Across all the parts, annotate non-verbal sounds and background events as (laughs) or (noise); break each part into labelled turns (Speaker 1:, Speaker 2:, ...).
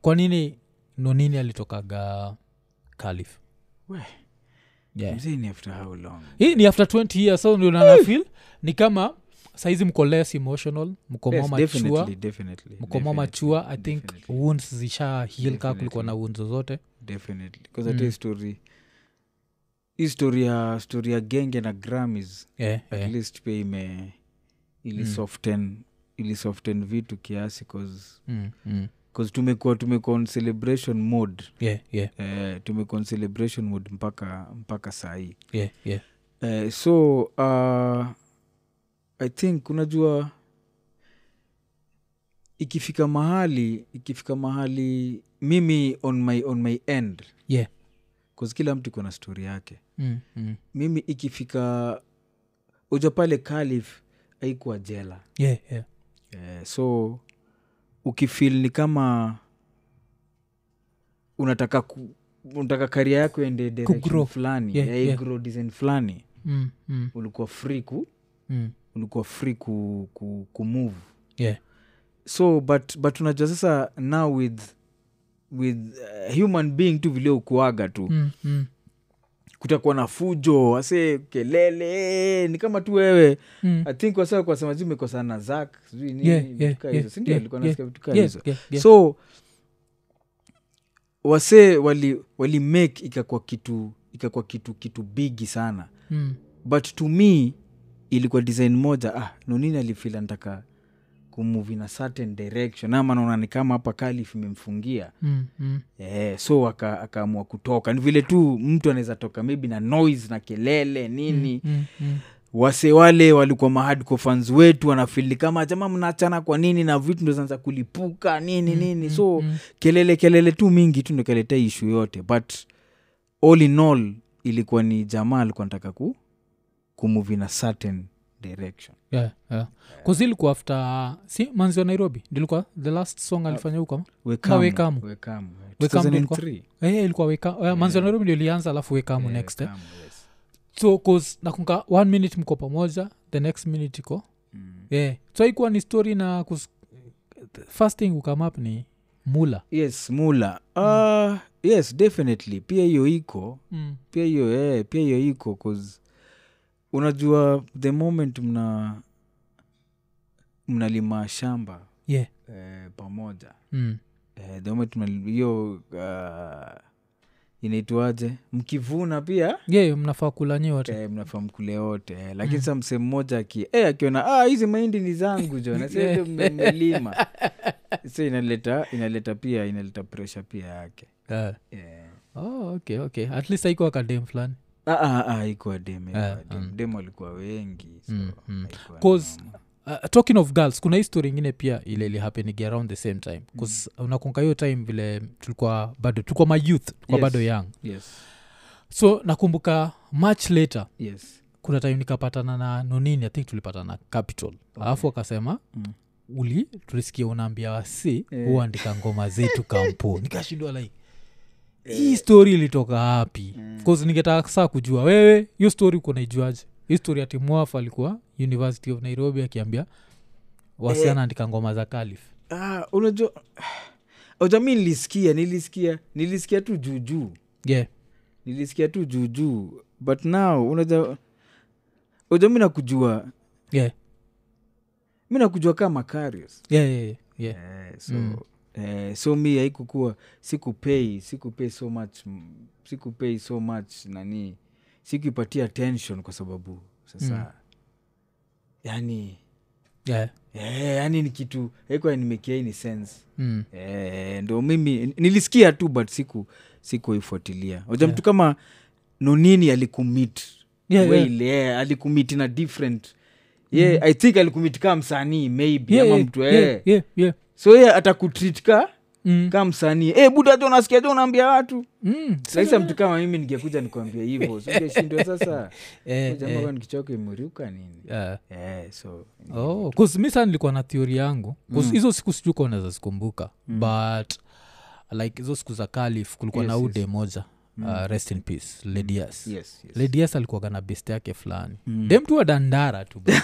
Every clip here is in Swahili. Speaker 1: kwa nini nonini alitokaga calif
Speaker 2: We,
Speaker 1: yeah.
Speaker 2: mzee ni after how long
Speaker 1: hii ni after 20 years so ndio nanafil ni kama saizi mko less emotional mko more
Speaker 2: Yes,
Speaker 1: mature
Speaker 2: definitely, definitely,
Speaker 1: mko more
Speaker 2: definitely,
Speaker 1: mature i think
Speaker 2: definitely,
Speaker 1: wounds zisha heal kaa kulikuwa na wounds zozote
Speaker 2: definitely 'Cause
Speaker 1: Mm.
Speaker 2: hata hii story hii story ya story ya genge na grammys
Speaker 1: yeah,
Speaker 2: at
Speaker 1: yeah.
Speaker 2: least pia ime ili
Speaker 1: Mm.
Speaker 2: soften ili soften vitu kiasi cause
Speaker 1: Mm, mm.
Speaker 2: 'cause tumekuwa tumekuwa on celebration mode
Speaker 1: yeah, yeah,
Speaker 2: eh, tumekuwa on celebration mode mpaka mpaka sahii
Speaker 1: yeah, yeah.
Speaker 2: Eh, so uh, i think unajua ikifika mahali ikifika mahali mimi on my, on my end
Speaker 1: Yeah.
Speaker 2: 'cause kila mtu iko na stori yake
Speaker 1: Mm, mm.
Speaker 2: mimi ikifika uja pale kalif aikuwa jela
Speaker 1: yeah, yeah.
Speaker 2: eh, so ukifil ni kama unataka ku, unataka karia yako ende
Speaker 1: Kugrow.
Speaker 2: direction fulani
Speaker 1: Yeah,
Speaker 2: eh,
Speaker 1: yeah.
Speaker 2: grow design fulani
Speaker 1: Mm, mm,
Speaker 2: ulikuwa free ku
Speaker 1: mm.
Speaker 2: ulikuwa free ku, ku, ku move
Speaker 1: yeah.
Speaker 2: so but but unajua sasa now with with uh, human being tu vile ukuaga tu mm.
Speaker 1: Mm, mm,
Speaker 2: kutakuwa na fujo ase kelele ni kama tu wewe
Speaker 1: mm.
Speaker 2: i think wasa kwasema juu umekosana na zak sijui nini
Speaker 1: Yeah,
Speaker 2: vitu
Speaker 1: yeah,
Speaker 2: kaa
Speaker 1: yeah,
Speaker 2: hizo. Si ndio
Speaker 1: yeah,
Speaker 2: alikuwa
Speaker 1: yeah,
Speaker 2: nasikia vitu kaa
Speaker 1: yeah,
Speaker 2: hizo
Speaker 1: yeah, yeah.
Speaker 2: so wasee wali, wali make ikakuwa kitu ikakuwa kitu kitu bigi sana
Speaker 1: Mm,
Speaker 2: but to me ilikuwa design moja ah nonini alifila ntaka kumuvi na certain direction ama naona ni kama hapa kalif imemfungia
Speaker 1: mm, mm.
Speaker 2: eh, so aka- akaamua kutoka ni vile tu mtu anaweza toka maybe na noise na kelele nini mm.
Speaker 1: Mm, mm.
Speaker 2: wase wale walikuwa mahadko fans wetu wanafili kama jamaa mnaachana kwa nini na vitu ndo zinaanza kulipuka nini mm, nini so mm. kelele kelele tu mingi tu ndo kaletea ishu yote but all in all ilikuwa ni jamaa alikuwa nataka ku kumuvi na certain direction
Speaker 1: Yeah, yeah. 'Cause ilikuwa after si manzi wa nairobi ndilikuwa the last song alifanya huko ama?
Speaker 2: Wekamu,
Speaker 1: Wekamu.
Speaker 2: Wekamu, eh,
Speaker 1: Wekamu ndo ilikuwa-
Speaker 2: 2003,
Speaker 1: Eh, ilikuwa weka eh, manzi wa nairobi ndio ilianza alafu wekamu
Speaker 2: eh,
Speaker 1: next eh.
Speaker 2: Wekamu, yes.
Speaker 1: so cause nakunga one minute mko pamoja the next minute iko
Speaker 2: Mm.
Speaker 1: yeah. so ikuwa ni story na kus, first thing ukame up ni mula
Speaker 2: yes mula uh, yes definitely pia hiyo iko
Speaker 1: mm.
Speaker 2: pia hiyo eh, pia hiyo iko 'cause unajua the moment mna mnalima shamba
Speaker 1: yeah.
Speaker 2: eh, pamoja
Speaker 1: mm.
Speaker 2: eh, the moment mnali- hiyo uh, inaitwaje mkivuna pia
Speaker 1: yeah, mnafaa kula nyote
Speaker 2: eh, mnafaa mkule wote eh, lakini sa msee mmoja aki- eh, akiona "Ah, hizi mahindi ni zangu jona
Speaker 1: Yeah.
Speaker 2: mmelima so inaleta inaleta pia inaleta presha pia yake eh.
Speaker 1: yeah.
Speaker 2: yeah.
Speaker 1: oh, okay, okay. at least aiko akadem fulani
Speaker 2: Ah, ah, ah, iko dem iko
Speaker 1: Eh,
Speaker 2: dem. dem walikuwa wengi so
Speaker 1: Mm, mm.
Speaker 2: haikuwa
Speaker 1: Cause-
Speaker 2: normal.
Speaker 1: Uh, talking of girls kuna histori ingine pia ile ilihapenig around the same time bcause mm. unakunga hiyo time vile tulikuwa bado tulikuwa mayouth tulikuwa
Speaker 2: Yes.
Speaker 1: bado young
Speaker 2: yes
Speaker 1: so nakumbuka much later
Speaker 2: yes
Speaker 1: kuna time nikapatana na nonini i think tulipatana na capital alafu akasema
Speaker 2: Mm.
Speaker 1: uli tulisikia unaambia wasi
Speaker 2: Eh.
Speaker 1: huandika ngoma
Speaker 2: (laughs)
Speaker 1: zetu kampo nikashindwa like
Speaker 2: Eh.
Speaker 1: hii story ilitoka hapi mm. bcause ningetaka saa kujua wewe hiyo story uko naijuaje hii story ati mwafu alikuwa university of nairobi akiambia
Speaker 2: Eh.
Speaker 1: wasi anaandika ngoma za kalif
Speaker 2: ah, unajua oja mi nilisikia nilisikia nilisikia tu juujuu
Speaker 1: yeah.
Speaker 2: nilisikia tu juujuu but now unaja oja mi nakujua
Speaker 1: Yeah.
Speaker 2: mi nakujua kaa makarios
Speaker 1: Yeah, yeah, yeah, yeah.
Speaker 2: eh, so mm. eh, so mi haikukuwa sikupei sikupei so much mm, sikupei so much nani sikuipatia attention kwa sababu sasa mm. yani
Speaker 1: Yeah.
Speaker 2: eh, yani ni kitu haikuwa nimekia ni sense
Speaker 1: Mm.
Speaker 2: Eh, ndo mimi nilisikia tu but siku sikuifuatilia waja mtu kama nonini alikumit
Speaker 1: Yeah, yeah. Mm.
Speaker 2: Well, yeah, alikumit na different yeah, i think alikumit kaa msanii maybe
Speaker 1: Yeah,
Speaker 2: ama
Speaker 1: yeah,
Speaker 2: mtu eh.
Speaker 1: yeah, yeah, yeah.
Speaker 2: so ye yeah, atakutrit ka
Speaker 1: Mm.
Speaker 2: kaa msanii hey, buda jo nasikia jo unaambia watu
Speaker 1: Mm.
Speaker 2: laisa mtu kama mimi ningekuja nikuambia hivo
Speaker 1: (laughs)
Speaker 2: singeshindwa sasa
Speaker 1: Eh,
Speaker 2: jamaa nikichoka imuriuka nini
Speaker 1: Yeah.
Speaker 2: Eh, so
Speaker 1: Oh, 'cause mi saa nilikuwa na theory yangu
Speaker 2: Mm.
Speaker 1: 'Cause hizo siku sijui kuwa unaweza zikumbuka but like hizo siku za kalif kulikuwa na ude moja uh, rest in peace ledias
Speaker 2: Mm. yes, Mm. yes.
Speaker 1: ledias alikuwaga na best yake fulani dem tu wa dandara tu
Speaker 2: (laughs)
Speaker 1: bro.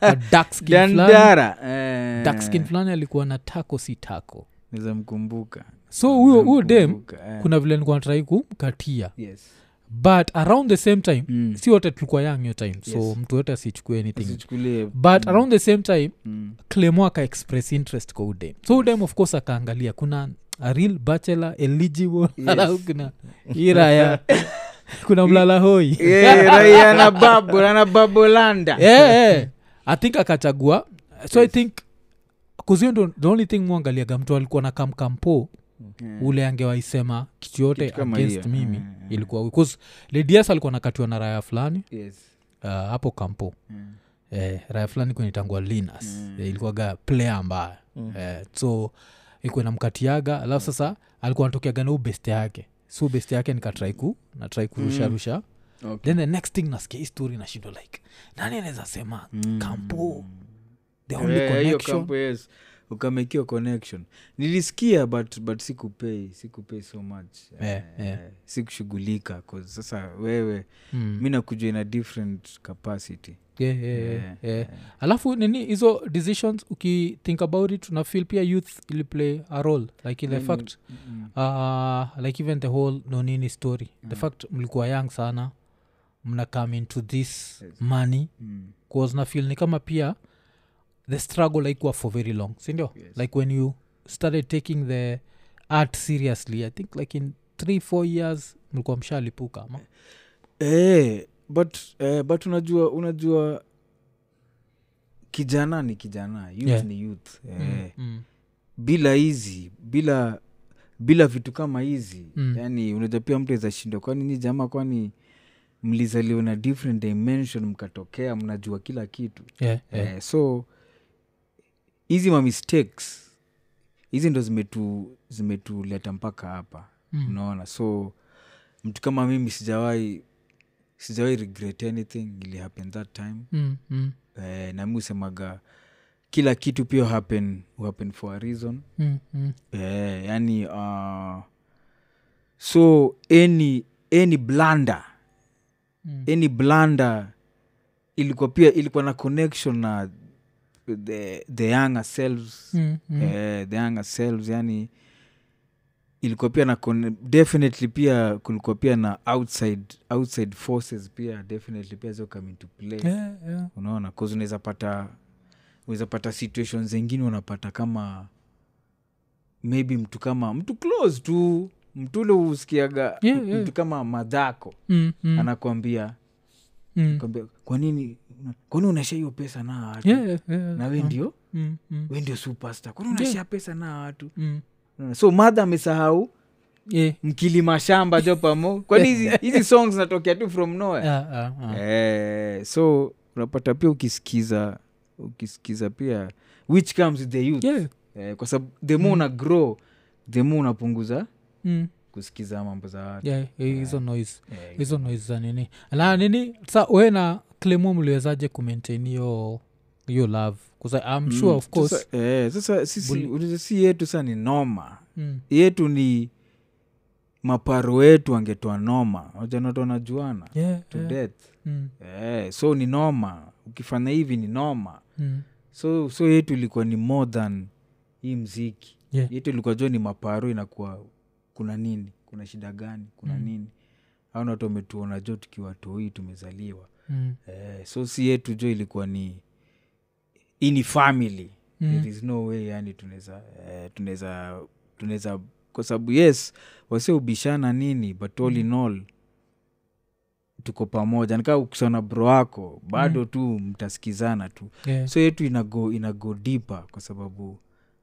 Speaker 1: Wa dark skin fulani
Speaker 2: dandara eh.
Speaker 1: dark skin fulani alikuwa na tako si tako
Speaker 2: naweza mkumbuka
Speaker 1: so huyo huyo dem
Speaker 2: Mkumbuka, eh.
Speaker 1: kuna vile nikuwa natrai kumkatia
Speaker 2: Yes.
Speaker 1: but around the same time
Speaker 2: Mm.
Speaker 1: si wote tulikuwa young hiyo time so
Speaker 2: Yes.
Speaker 1: mtu yote asichukue anything
Speaker 2: Usichukulie-
Speaker 1: but around the same time
Speaker 2: Mm.
Speaker 1: (laughs) clemo akaexpress interest kwa udem so udem of course akaangalia kuna a real bachelor eligible (laughs)
Speaker 2: Yes.
Speaker 1: alafu kuna iraya (laughs) kuna mlala
Speaker 2: (laughs)
Speaker 1: hoi
Speaker 2: Eh, raia na babo ana babolanda
Speaker 1: yeah, yeah. i think akachagua so i think kuzio ndo the only thing mwangaliaga mtu alikuwa na kamkampo
Speaker 2: Eh.
Speaker 1: ule angewaisema kitu yote
Speaker 2: Kitu kama
Speaker 1: against
Speaker 2: hiyo.
Speaker 1: mimi
Speaker 2: Mm, mm.
Speaker 1: ilikuwa because ladias alikuwa nakatiwa na raya fulani
Speaker 2: Yes.
Speaker 1: uh, hapo kampo
Speaker 2: Mm.
Speaker 1: eh, raya fulani kunitangua linas
Speaker 2: Mm.
Speaker 1: eh, ilikuwaga playa mbaya eh, so ikuwa namkatiaga
Speaker 2: Mm.
Speaker 1: alafu sasa alikuwa anatokeaga na ubeste yake so best yake nikatrai ku natrai
Speaker 2: Mm.
Speaker 1: kurusharusha
Speaker 2: Okay.
Speaker 1: then the next thing nasikia hii story nashindwa like nani anaweza sema
Speaker 2: Mm.
Speaker 1: kampo the
Speaker 2: Eh,
Speaker 1: only
Speaker 2: hiyo
Speaker 1: connection
Speaker 2: kampo, yes. ukamekiwa connection nilisikia but but sikupei sikupei so much
Speaker 1: Eh, eh.
Speaker 2: sikushughulika 'cause sasa wewe
Speaker 1: Mm.
Speaker 2: mi nakuja ina different capacity
Speaker 1: Yeah, yeah, yeah,
Speaker 2: Eh,
Speaker 1: yeah. alafu nini hizo decisions ukithink about it unafeel pia youth iliplay a role like in the
Speaker 2: Mm,
Speaker 1: fact
Speaker 2: mm,
Speaker 1: uh, like even the whole nonini story the
Speaker 2: Mm.
Speaker 1: fact mlikuwa young sana mna come into this
Speaker 2: Yes.
Speaker 1: money
Speaker 2: mm.
Speaker 1: cause na feel ni kama pia the struggle haikuwa for very long sindio
Speaker 2: Yes.
Speaker 1: like when you started taking the art seriously i think like in three four years mlikuwa mshalipuka ama
Speaker 2: Eh, but eh, but unajua unajua kijana ni kijana youth
Speaker 1: Yeah.
Speaker 2: ni youth eh.
Speaker 1: Mm, mm,
Speaker 2: bila hizi bila bila vitu kama hizi
Speaker 1: Mm.
Speaker 2: yani unajua pia mtu izashindwa kwani ni jamaa kwani mlizaliwa na different dimension mkatokea mnajua kila kitu
Speaker 1: yeah, yeah.
Speaker 2: eh, so hizi ma mistakes hizi ndo zimetu zimetuleta mpaka hapa
Speaker 1: Mm.
Speaker 2: unaona so mtu kama mimi sijawahi sijawahi regret anything ili happen that time
Speaker 1: Mm, mm,
Speaker 2: eh, na mi husemaga kila kitu pia happen happen for a reason
Speaker 1: mm, mm.
Speaker 2: eh, yani uh, so any any blanda
Speaker 1: Mm.
Speaker 2: any blanda ilikuwa pia ilikuwa na connection na the, the younger selves
Speaker 1: Mm, mm.
Speaker 2: eh, the younger selves yani ilikuwa pia na con- definitely pia kulikuwa pia na outside outside forces pia definitely pia zio come into play
Speaker 1: Yeah, yeah.
Speaker 2: unaona cause unaweza pata unaweza pata situation zengine unapata kama maybe mtu kama mtu close tu mtu ule usikiaga
Speaker 1: Yeah,
Speaker 2: m-
Speaker 1: yeah.
Speaker 2: mtu kama madhako
Speaker 1: Mm, mm,
Speaker 2: anakwambia
Speaker 1: mm.
Speaker 2: kwambia kwanini kwanini unaisha hiyo pesa na hawa watu
Speaker 1: Yeah, yeah, yeah.
Speaker 2: na we
Speaker 1: Mm,
Speaker 2: ndio
Speaker 1: mm, mm,
Speaker 2: we ndio supesta kwani unaisha pesa na hawa watu
Speaker 1: mm.
Speaker 2: Unaona? so madha amesahau Eh.
Speaker 1: Yeah.
Speaker 2: mkilima shamba jo pamo kwani hizi-
Speaker 1: (laughs)
Speaker 2: hizi songs natokea tu from nowhere
Speaker 1: Ah, ah, ah.
Speaker 2: eh, so unapata pia ukisikiza ukisikiza pia which comes with the youth
Speaker 1: Yeah.
Speaker 2: eh, kwa sababu the more una grow the more unapunguza
Speaker 1: Mm.
Speaker 2: kusikiza mambo za watu
Speaker 1: Yeah, yeah, hizo noise
Speaker 2: Eh,
Speaker 1: hizo noise za nini na nini sa we na klemo mliwezaje kumaintain hiyo hiyo love bcause im mm. sure of course
Speaker 2: sasa, eh, sasa sisi
Speaker 1: Buli-
Speaker 2: unajua si yetu sa ni noma
Speaker 1: mm.
Speaker 2: yetu ni maparo yetu angetoa noma wajanata wanajuana
Speaker 1: yeah,
Speaker 2: to
Speaker 1: yeah.
Speaker 2: death
Speaker 1: Mm,
Speaker 2: eh, so ni noma ukifanya hivi ni noma
Speaker 1: mm.
Speaker 2: so so yetu ilikuwa ni more than hii mziki
Speaker 1: Yeah.
Speaker 2: yetu ilikuwa jua ni maparo inakuwa kuna nini kuna shida gani kuna
Speaker 1: Mm.
Speaker 2: nini au na watu wametuona jo tukiwa toi tumezaliwa
Speaker 1: Mm.
Speaker 2: eh, so si yetu jo ilikuwa ni hii ni family
Speaker 1: Mm.
Speaker 2: mm. there is no way yani tunaweza eh, tunaweza tunaweza kwa sababu yes wasiobishana nini but all in all tuko pamoja nikaa ukishaona bro wako bado tu mtasikizana tu
Speaker 1: Yeah.
Speaker 2: so yetu inago inago dipa kwa sababu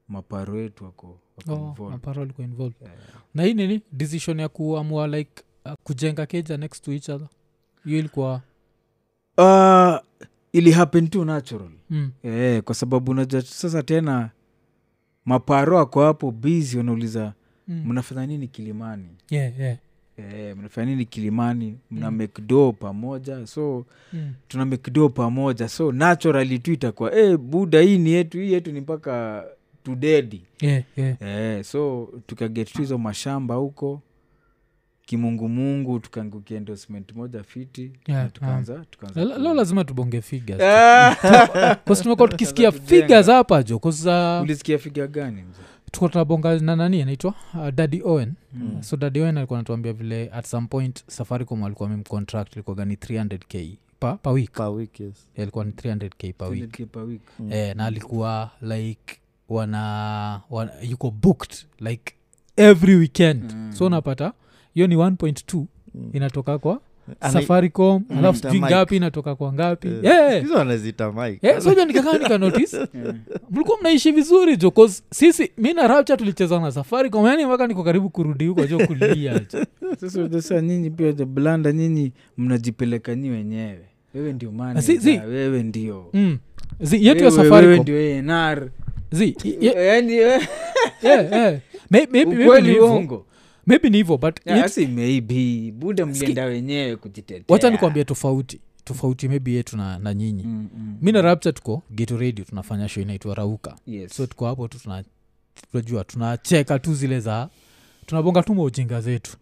Speaker 2: maparo yetu wako wako
Speaker 1: Oh,
Speaker 2: involved.
Speaker 1: apparel iko involved
Speaker 2: Eh,
Speaker 1: na hii nini decision ya kuamua like uh, kujenga keja next to each other hiyo ilikuwa
Speaker 2: Ah, ili happen tu natural
Speaker 1: mm.
Speaker 2: eh, kwa sababu unajua sasa tena maparo ako hapo bizi wanauliza
Speaker 1: Mm.
Speaker 2: mnafanya nini kilimani
Speaker 1: yeah, yeah.
Speaker 2: eh, mnafanya nini kilimani mna
Speaker 1: Mm.
Speaker 2: mekdo pamoja so
Speaker 1: Mm.
Speaker 2: tuna mekdo pamoja so naturally tu itakuwa eh, buda hii ni yetu hii yetu ni mpaka tudedi
Speaker 1: Yeah, yeah.
Speaker 2: eh, so tukaget tu hizo mashamba huko kimungumungu tukaangukia endorsement moja fiti
Speaker 1: Yeah,
Speaker 2: na tukaanza tukaanza
Speaker 1: Lo-
Speaker 2: (laughs)
Speaker 1: lo lazima tubonge figures
Speaker 2: Ah!
Speaker 1: (laughs) Kwa sababu tumekuwa tukisikia
Speaker 2: Tukaanza kujenga.
Speaker 1: figures hapa jo 'cause, uh,
Speaker 2: ulisikia figa gani mzee?
Speaker 1: tuko tunabonga na nani anaitwa uh, dadi owen mm. so dadi owen alikuwa anatuambia vile at some point safaricom alikuwa amemcontract ilikuwaga ni 300k pa, pa week
Speaker 3: per week yes
Speaker 1: ilikuwa ni 300k pa week
Speaker 2: 100K per week.
Speaker 3: Mm.
Speaker 1: eh, na alikuwa like wana, wana yuko booked like every weekend
Speaker 2: Mm.
Speaker 1: so unapata hiyo ni 1.2
Speaker 3: Mm.
Speaker 1: inatoka kwa
Speaker 3: Ana-
Speaker 1: safaricom
Speaker 3: Mm.
Speaker 1: alafu sijui
Speaker 3: Mike.
Speaker 1: ngapi inatoka kwa ngapi
Speaker 3: Eh,
Speaker 1: yeah.
Speaker 3: siku hizi wanaziita Mike.
Speaker 1: yeah, soja nikakaa
Speaker 3: (laughs)
Speaker 1: nikanotice
Speaker 2: Mm.
Speaker 1: mlikuwa mnaishi vizuri jo 'cause sisi mi na rapcha tulicheza na safaricom yani mpaka niko karibu kurudi huko jo kulia jo
Speaker 2: sasa sasa nyinyi pia the blanda nyinyi mnajipeleka nyi wenyewe wewe ndio
Speaker 1: Ah, si- si.
Speaker 2: manager, wewe ndio
Speaker 1: mm. zi yetu ya
Speaker 2: Wewe- wewe
Speaker 1: safaricom
Speaker 2: ndio ANR.
Speaker 1: zi ye-
Speaker 2: Yaani, eh,
Speaker 1: yeah, yeah. May- maybe- maybe ni
Speaker 2: ukweli
Speaker 1: hivyo
Speaker 2: uongo
Speaker 1: maybe ni hivyo but
Speaker 2: Yeah,
Speaker 1: yetu-
Speaker 2: asi maybe buda mlienda wenyewe kujitetea
Speaker 1: wacha nikwambie tofauti tofauti maybe yetu na, na nyinyi mm.
Speaker 2: Mm, mm.
Speaker 1: mi na rapcha tuko geto radio tunafanya show inaitwa rauka
Speaker 2: Yes.
Speaker 1: so tuko hapo tu tuna- tunajua tunacheka tu zile za tunabonga tu maujinga zetu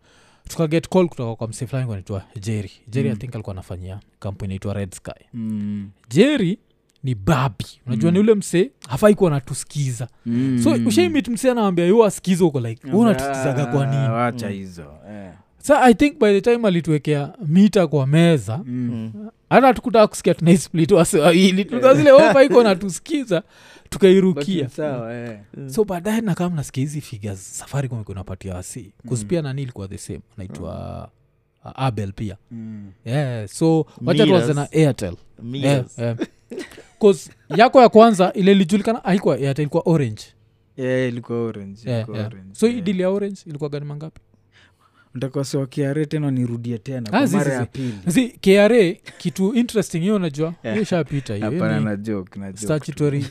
Speaker 1: tukaget call kutoka kwa msee fulani anaitwa jerry jerry mm. i think alikuwa anafanyia kampuni inaitwa red sky
Speaker 2: Mm,
Speaker 1: jerry ni babi unajua mm. ni ule msee hafai kuwa anatusikiza
Speaker 2: mm.
Speaker 1: so ushaimit msee anawambia yu askiza uko like
Speaker 2: Ah,
Speaker 1: huu unatusikizaga kwa nini
Speaker 2: wacha hizo eh.
Speaker 1: sa i think by the time alituwekea mita kwa meza
Speaker 2: Mm.
Speaker 3: Mm.
Speaker 1: hata tukutaka kusikia tunaisplit waswahili tukazile ofa iko natusikiza tukairukia
Speaker 2: But sawa, eh.
Speaker 1: so baadaye nakaa mnasikia hizi figures safari kumekuwa inapatia wasi
Speaker 2: Hmm.
Speaker 1: kuspia nani ilikuwa the same naitwa uh, abel pia
Speaker 2: Mm.
Speaker 1: yeah, so wacha tuanze na airtel yeah,
Speaker 3: Mias.
Speaker 1: yeah. 'Cause yako ya kwanza ile ilijulikana haikuwa airtel ilikuwa orange
Speaker 2: Yeah, ilikuwa orange,
Speaker 1: yeah,
Speaker 2: ilikuwa
Speaker 1: yeah.
Speaker 2: orange,
Speaker 1: so hii
Speaker 2: yeah.
Speaker 1: dili ya orange ilikuwa gani mangapi
Speaker 2: Nitakuwa siwakiare tena nirudie tena
Speaker 1: Ah,
Speaker 2: kwa
Speaker 1: si, si,
Speaker 2: mara ya
Speaker 1: si.
Speaker 2: pili
Speaker 1: zi kra kitu interesting hiyo unajua
Speaker 2: Yeah.
Speaker 1: hiyo ishapita hiyo
Speaker 2: hapana
Speaker 1: Hiyo ni
Speaker 2: na joke na joke tu,
Speaker 1: statutory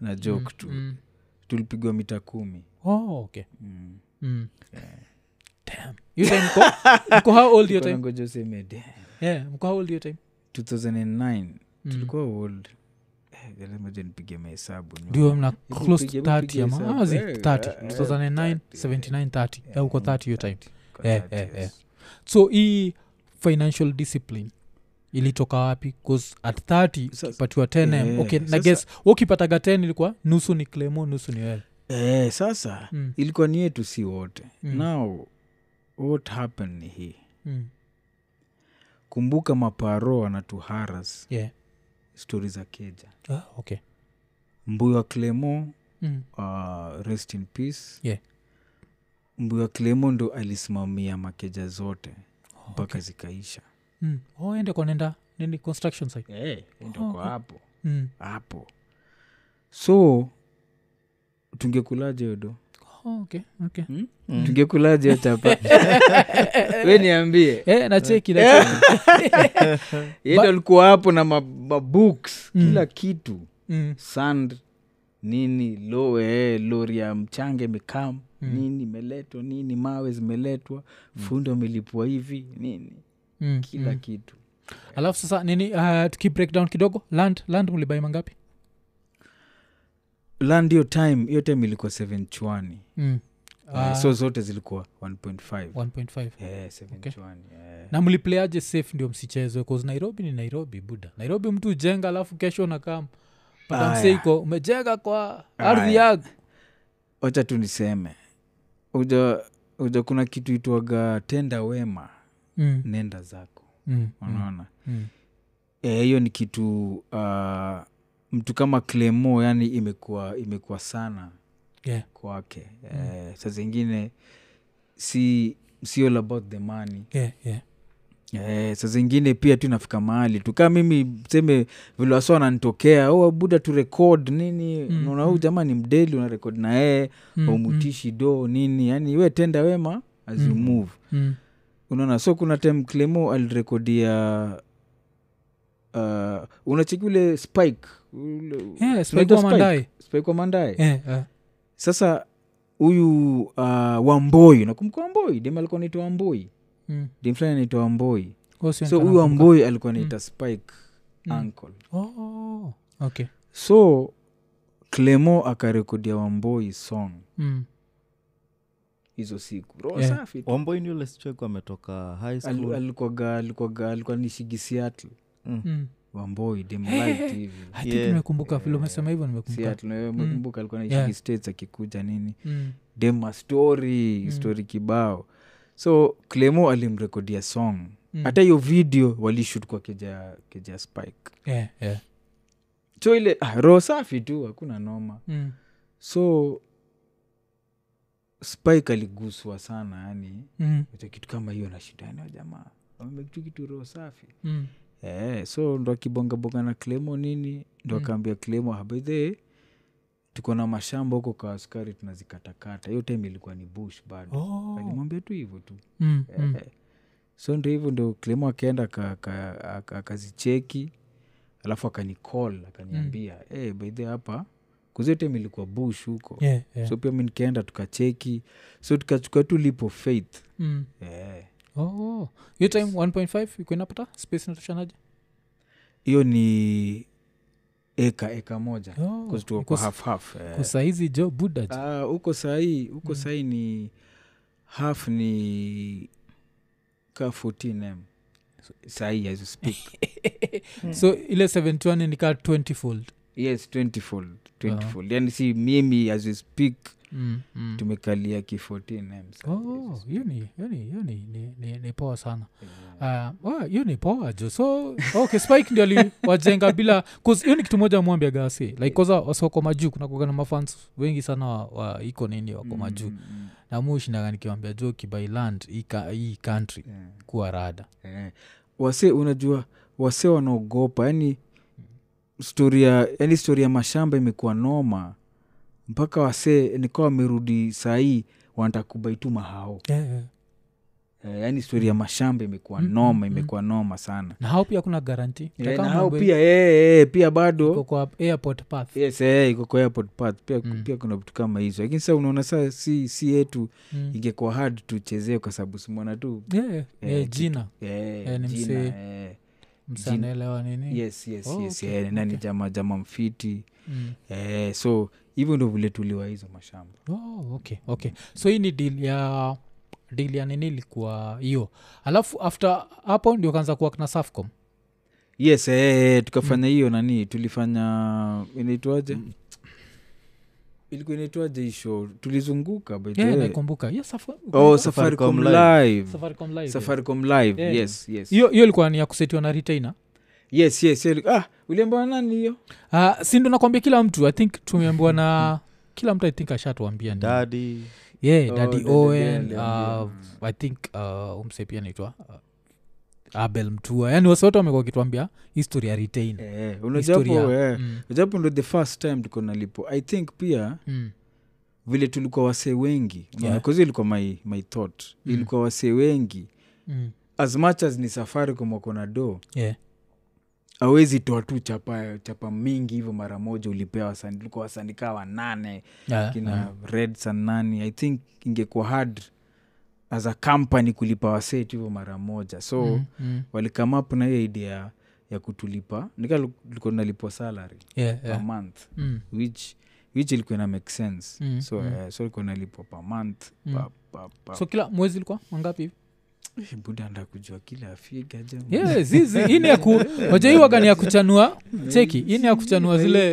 Speaker 2: na joke tu
Speaker 1: mm.
Speaker 2: tulipigwa mita kumi
Speaker 1: oh, okay
Speaker 2: Mm.
Speaker 1: Mm. Damn. You time (laughs) ko- ko how old your
Speaker 2: Tulikuwa na
Speaker 1: time?
Speaker 2: ngoja useme, "Damn,
Speaker 1: Yeah, mko how old your time?
Speaker 2: 2009
Speaker 1: Mm.
Speaker 2: tulikuwa old Eh, lazima je nipige mahesabu nyuma.
Speaker 1: ndio mna close to
Speaker 2: Upige-
Speaker 1: 30 ama
Speaker 2: upige
Speaker 1: ama zi
Speaker 2: hesabu.
Speaker 1: 30
Speaker 2: Eh,
Speaker 1: 2009 79 30
Speaker 2: eh,
Speaker 1: Eh, uko 30 hiyo
Speaker 2: 30,
Speaker 1: time
Speaker 2: kwa
Speaker 1: Eh,
Speaker 2: 30,
Speaker 1: eh, eh.
Speaker 2: yes.
Speaker 1: so hii financial discipline ilitoka wapi bcause at 30
Speaker 2: Sasa-
Speaker 1: ukipatiwa 10m
Speaker 2: Eh,
Speaker 1: okay, na
Speaker 2: sasa-
Speaker 1: guess wewe ukipataga 10 ilikuwa nusu ni clemo nusu ni wewe
Speaker 2: Eh, sasa
Speaker 1: Mm,
Speaker 2: ilikuwa ni yetu si wote
Speaker 1: Mm.
Speaker 2: now what happened ni hii
Speaker 1: mm,
Speaker 2: kumbuka maparo wanatuharas
Speaker 1: yeah.
Speaker 2: stori za keja
Speaker 1: Ah, okay.
Speaker 2: mbuyu wa clemo
Speaker 1: Mm,
Speaker 2: uh, rest in peace
Speaker 1: Yeah.
Speaker 2: mbuyu wa clemo ndo alisimamia makeja zote mpaka zikaisha
Speaker 1: mm. Oh, ende kwa nenda nini construction site
Speaker 2: hey, ndo
Speaker 1: Oh,
Speaker 2: kwa
Speaker 1: okay.
Speaker 2: hapo
Speaker 1: mm.
Speaker 2: hapo so tungekulaje odo
Speaker 1: oh, okay, okay.
Speaker 2: Hmm?
Speaker 3: Mm.
Speaker 2: tungekulaje hiyo (laughs) chapa we niambie
Speaker 1: Eh, nacheki nacheki. (laughs)
Speaker 2: yedo alikuwa hapo na ma, ma books
Speaker 1: Mm.
Speaker 2: kila kitu
Speaker 1: Mm,
Speaker 2: sand nini lo eh, lori ya mchanga imekam mm. nini imeletwa nini mawe zimeletwa mm. fundi wamelipua hivi nini
Speaker 1: mm,
Speaker 2: (laughs) kila
Speaker 1: mm.
Speaker 2: kitu
Speaker 1: alafu sasa nini uh, tuki breakdown kidogo land land mlibai mangapi
Speaker 2: land hiyo time hiyo time ilikuwa 7 chwani
Speaker 1: mm.
Speaker 2: uh,
Speaker 1: Ah.
Speaker 2: so zote zilikuwa 1.5
Speaker 1: 1.5
Speaker 2: Eh, seven
Speaker 1: Okay.
Speaker 2: chwani, eh.
Speaker 1: na mliplayaje safe ndio msichezwe 'Cause nairobi ni nairobi buda nairobi mtu ujenga alafu kesho unakam
Speaker 2: Aya.
Speaker 1: mpaka mseiko umejenga kwa ardhi
Speaker 2: Aya.
Speaker 1: yako
Speaker 2: wacha tu niseme uja uja kuna kitu itwaga tenda wema
Speaker 1: Mm,
Speaker 2: nenda zako
Speaker 1: mm, mm,
Speaker 2: unaona
Speaker 1: mm.
Speaker 2: Eh, hiyo ni kitu uh, mtu kama clemo yani imekuwa imekuwa sana
Speaker 1: Yeah. Mm.
Speaker 2: kwake eh, saa zingine si si all about the money
Speaker 1: Yeah, yeah.
Speaker 2: eh, saa zingine pia tu inafika mahali tu kaa mimi seme vile wasa wananitokea oh, buda tu record nini
Speaker 1: Mm,
Speaker 2: mm, unaona huu jamaa ni mdeli una record na yeye
Speaker 1: Mm,
Speaker 2: aumutishi do nini yani we tenda wema as you
Speaker 1: Mm.
Speaker 2: move
Speaker 1: mm,
Speaker 2: unaona so kuna time clemo alirekodia uh, unacheki ule spike ule-
Speaker 1: Yeah,
Speaker 2: unaitwa
Speaker 1: Spike wa Mandai.
Speaker 2: spike wa mandae
Speaker 1: Eh, eh.
Speaker 2: sasa huyu uh, wamboi nakumbuka wamboi dem alikuwa naitwa wamboi
Speaker 1: Mm.
Speaker 2: dem fulani anaitwa wamboi
Speaker 1: Oh, sio
Speaker 2: so
Speaker 1: nikaona
Speaker 2: huyu
Speaker 1: kumbuka.
Speaker 2: wamboi alikuwa naita spike
Speaker 1: Mm.
Speaker 2: ankle
Speaker 1: Oh, okay.
Speaker 2: so clemo akarekodia wamboi song
Speaker 1: Mm.
Speaker 2: hizo siku roho
Speaker 1: Yeah.
Speaker 2: safi tu.
Speaker 3: Wamboi ni yule sichweku ametoka high
Speaker 2: Al-
Speaker 3: school
Speaker 2: alikuwaga alikuwaga alikuwa ni shigi Seattle.
Speaker 1: Mm.
Speaker 2: wamboi demlive
Speaker 1: I think
Speaker 3: Yeah.
Speaker 1: nimekumbuka vile umesema hivyo nimekumbuka
Speaker 2: siatmekumbuka alikuwa naishiki
Speaker 1: Mm. Yeah.
Speaker 2: states akikuja nini
Speaker 1: Mm.
Speaker 2: dema story
Speaker 1: Mm.
Speaker 2: story kibao so clemo alimrekodia song
Speaker 1: Mm.
Speaker 2: hata hiyo video walishut kwa keja keja spike
Speaker 1: Yeah, yeah.
Speaker 2: so ile ah, roho safi tu hakuna noma
Speaker 1: Mm.
Speaker 2: so spike aliguswa sana yani
Speaker 1: Mm.
Speaker 2: wacha kitu kama hiyo na shindani wa jamaa wamekitu kitu roho safi
Speaker 1: Mm.
Speaker 2: eh, so ndo akibongabonga na clemo nini ndo
Speaker 1: Mm.
Speaker 2: akaambia clemo "Ah, habaidhe tuko na mashamba huko kwa askari tunazikatakata hiyo time ilikuwa ni bush bado
Speaker 1: Oh.
Speaker 2: alimwambia tu hivyo tu
Speaker 1: Mm,
Speaker 2: Eh,
Speaker 1: mm.
Speaker 2: eh. so ndo hivyo ndo clemo akaenda aka- aka- aka- akazicheki alafu akanicall akaniambia mm. hey, baidhe hapa kuzio time ilikuwa bush huko
Speaker 1: Yeah, yeah.
Speaker 2: so pia mi nikaenda tukacheki so tukachukua tu lipo faith
Speaker 1: Mm.
Speaker 2: Eh,
Speaker 1: Oh. hiyo time 1.5 iko inapata space inatoshanaje
Speaker 2: hiyo ni eka eka moja
Speaker 1: Oh,
Speaker 2: Because tuko
Speaker 1: iko
Speaker 2: kwa
Speaker 1: s-
Speaker 2: half half eh.
Speaker 1: kusaizi jo budaji
Speaker 2: Ah, huko sahii huko
Speaker 1: Mm.
Speaker 2: sahii ni half ni ka 14m sahii as you
Speaker 1: (laughs)
Speaker 2: speak
Speaker 1: (laughs) so ile 71 nikaa 20 fold
Speaker 2: yes 20 fold 20 fold
Speaker 1: Ah.
Speaker 2: yani si mimi as you speak
Speaker 1: mm, mm.
Speaker 2: tumekalia ki 14m sahii.
Speaker 1: Oh, hiyo ni hiyo ni hiyo ni- ni- ni- ni poa sana Ah, wa, hiyo ni poa jo so okay spike ndio aliwajenga bila 'cause hiyo ni kitu moja mwambia gasi like koza wasoko majuu kuna kuga na mafans wengi sana wa, wa iko nini wako majuu
Speaker 2: Mm, mm,
Speaker 1: na mushinaga nikiwambia jo kibai land hii ka- hii country
Speaker 2: yeah.
Speaker 1: kuwa rada
Speaker 2: Eh. wase unajua wase wanaogopa yani stori ya yani stori ya mashamba imekuwa noma mpaka wasee nikawa wamerudi sahii wanataka kubai tu mahao
Speaker 1: yeah, yeah.
Speaker 2: eh, yani stori ya mashamba imekuwa
Speaker 1: Mm,
Speaker 2: noma
Speaker 1: mm,
Speaker 2: imekuwa noma sana
Speaker 1: na hao pia kuna garanti
Speaker 2: Mm-hmm, eh, na hao pia eh, eh, pia bado
Speaker 1: kwa airport path
Speaker 2: yes eh, iko kwa airport path pia,
Speaker 1: Mm.
Speaker 2: pia kuna vitu kama hizo lakini sasa unaona saa si, si yetu
Speaker 1: mm.
Speaker 2: ingekuwa hard tuchezee kwa sababu simwana tu
Speaker 1: yeah, yeah,
Speaker 2: Eh,
Speaker 1: yeah, jina
Speaker 2: eh,
Speaker 1: Eh, ni
Speaker 2: jina,
Speaker 1: msee.
Speaker 2: eh. Jina.
Speaker 1: msanaelewa nini
Speaker 2: yes yes
Speaker 1: Oh,
Speaker 2: yes
Speaker 1: okay,
Speaker 2: eh, nani
Speaker 1: okay.
Speaker 2: jama jama mfiti
Speaker 1: mm.
Speaker 2: eh, so hivyo ndo vile tuliwa hizo mashamba
Speaker 1: oh, okay okay so hii ni deal ya deal ya nini ilikuwa hiyo alafu after hapo ndio kaanza kuwak na safcom
Speaker 2: yes eh, eh, tukafanya hiyo nani tulifanya inaitwaje ilikuwa inaitwaje hii show tulizunguka by the
Speaker 1: yeah,
Speaker 2: way.
Speaker 1: naikumbuka yeah, Safcom-
Speaker 2: Eh. oh,
Speaker 1: ukumbuka?
Speaker 2: safaricom
Speaker 3: Safaricom
Speaker 2: live
Speaker 1: Safaricom Live, yeah.
Speaker 2: safaricom live
Speaker 1: Yeah.
Speaker 2: yes yes
Speaker 1: hiyo hiyo ilikuwa ni ya kusetiwa na retainer
Speaker 2: yes yes eh, ah uliambiwa nani hiyo
Speaker 1: uh, si ndo nakwambia kila mtu i think tumeambiwa
Speaker 2: (laughs)
Speaker 1: na kila mtu i think ashatuambia ni
Speaker 3: dadi
Speaker 1: yeah
Speaker 2: Oh,
Speaker 1: dadi
Speaker 2: Daddy
Speaker 1: owen
Speaker 2: Owen,
Speaker 1: uh,
Speaker 2: yeah.
Speaker 1: i think uh, umse pia naitwa uh, abel mtua yaani wase wote wamekuwa wakituambia history ya retain
Speaker 2: eh,
Speaker 1: Historia.
Speaker 2: unajapo eh,
Speaker 1: Mm,
Speaker 2: unajapo ndo the first time tuko nalipo i think pia
Speaker 1: mm,
Speaker 2: vile tulikuwa wasee wengi
Speaker 1: Yeah.
Speaker 2: yeah. kazi ilikuwa my, my thought ilikuwa wasee wengi
Speaker 1: mm,
Speaker 2: as much as ni safari kumwako na do
Speaker 1: yeah.
Speaker 2: awezi toa tu chapa chapa mingi hivyo mara moja ulipewa wasani ulikuwa wasani kaa wanane
Speaker 1: Yeah,
Speaker 2: kina
Speaker 1: yeah.
Speaker 2: red sanani i think ingekuwa hard as a company kulipa wasetu hivyo mara moja so
Speaker 1: Mm,
Speaker 2: mm.
Speaker 1: mm,
Speaker 2: walikame up na hiyo idea ya kutulipa nika likuwa nalipwa salary
Speaker 1: yeah,
Speaker 2: yeah.
Speaker 1: yeah.
Speaker 2: per month
Speaker 1: Mm,
Speaker 2: which which ilikuwa ina make sense
Speaker 1: Mm,
Speaker 2: so,
Speaker 1: mm.
Speaker 2: eh, so ilikuwa nalipwa per month
Speaker 1: Mm.
Speaker 2: pa, pa, pa.
Speaker 1: so kila mwezi ilikuwa wangapi hivi
Speaker 2: Eh, buda anda kujua kila figa jamaa.
Speaker 1: Yeah,
Speaker 2: (laughs)
Speaker 1: zizi, hii ni ya ku waja hii waga ni ya kuchanua
Speaker 2: Eh,
Speaker 1: cheki hii ni ya kuchanua zile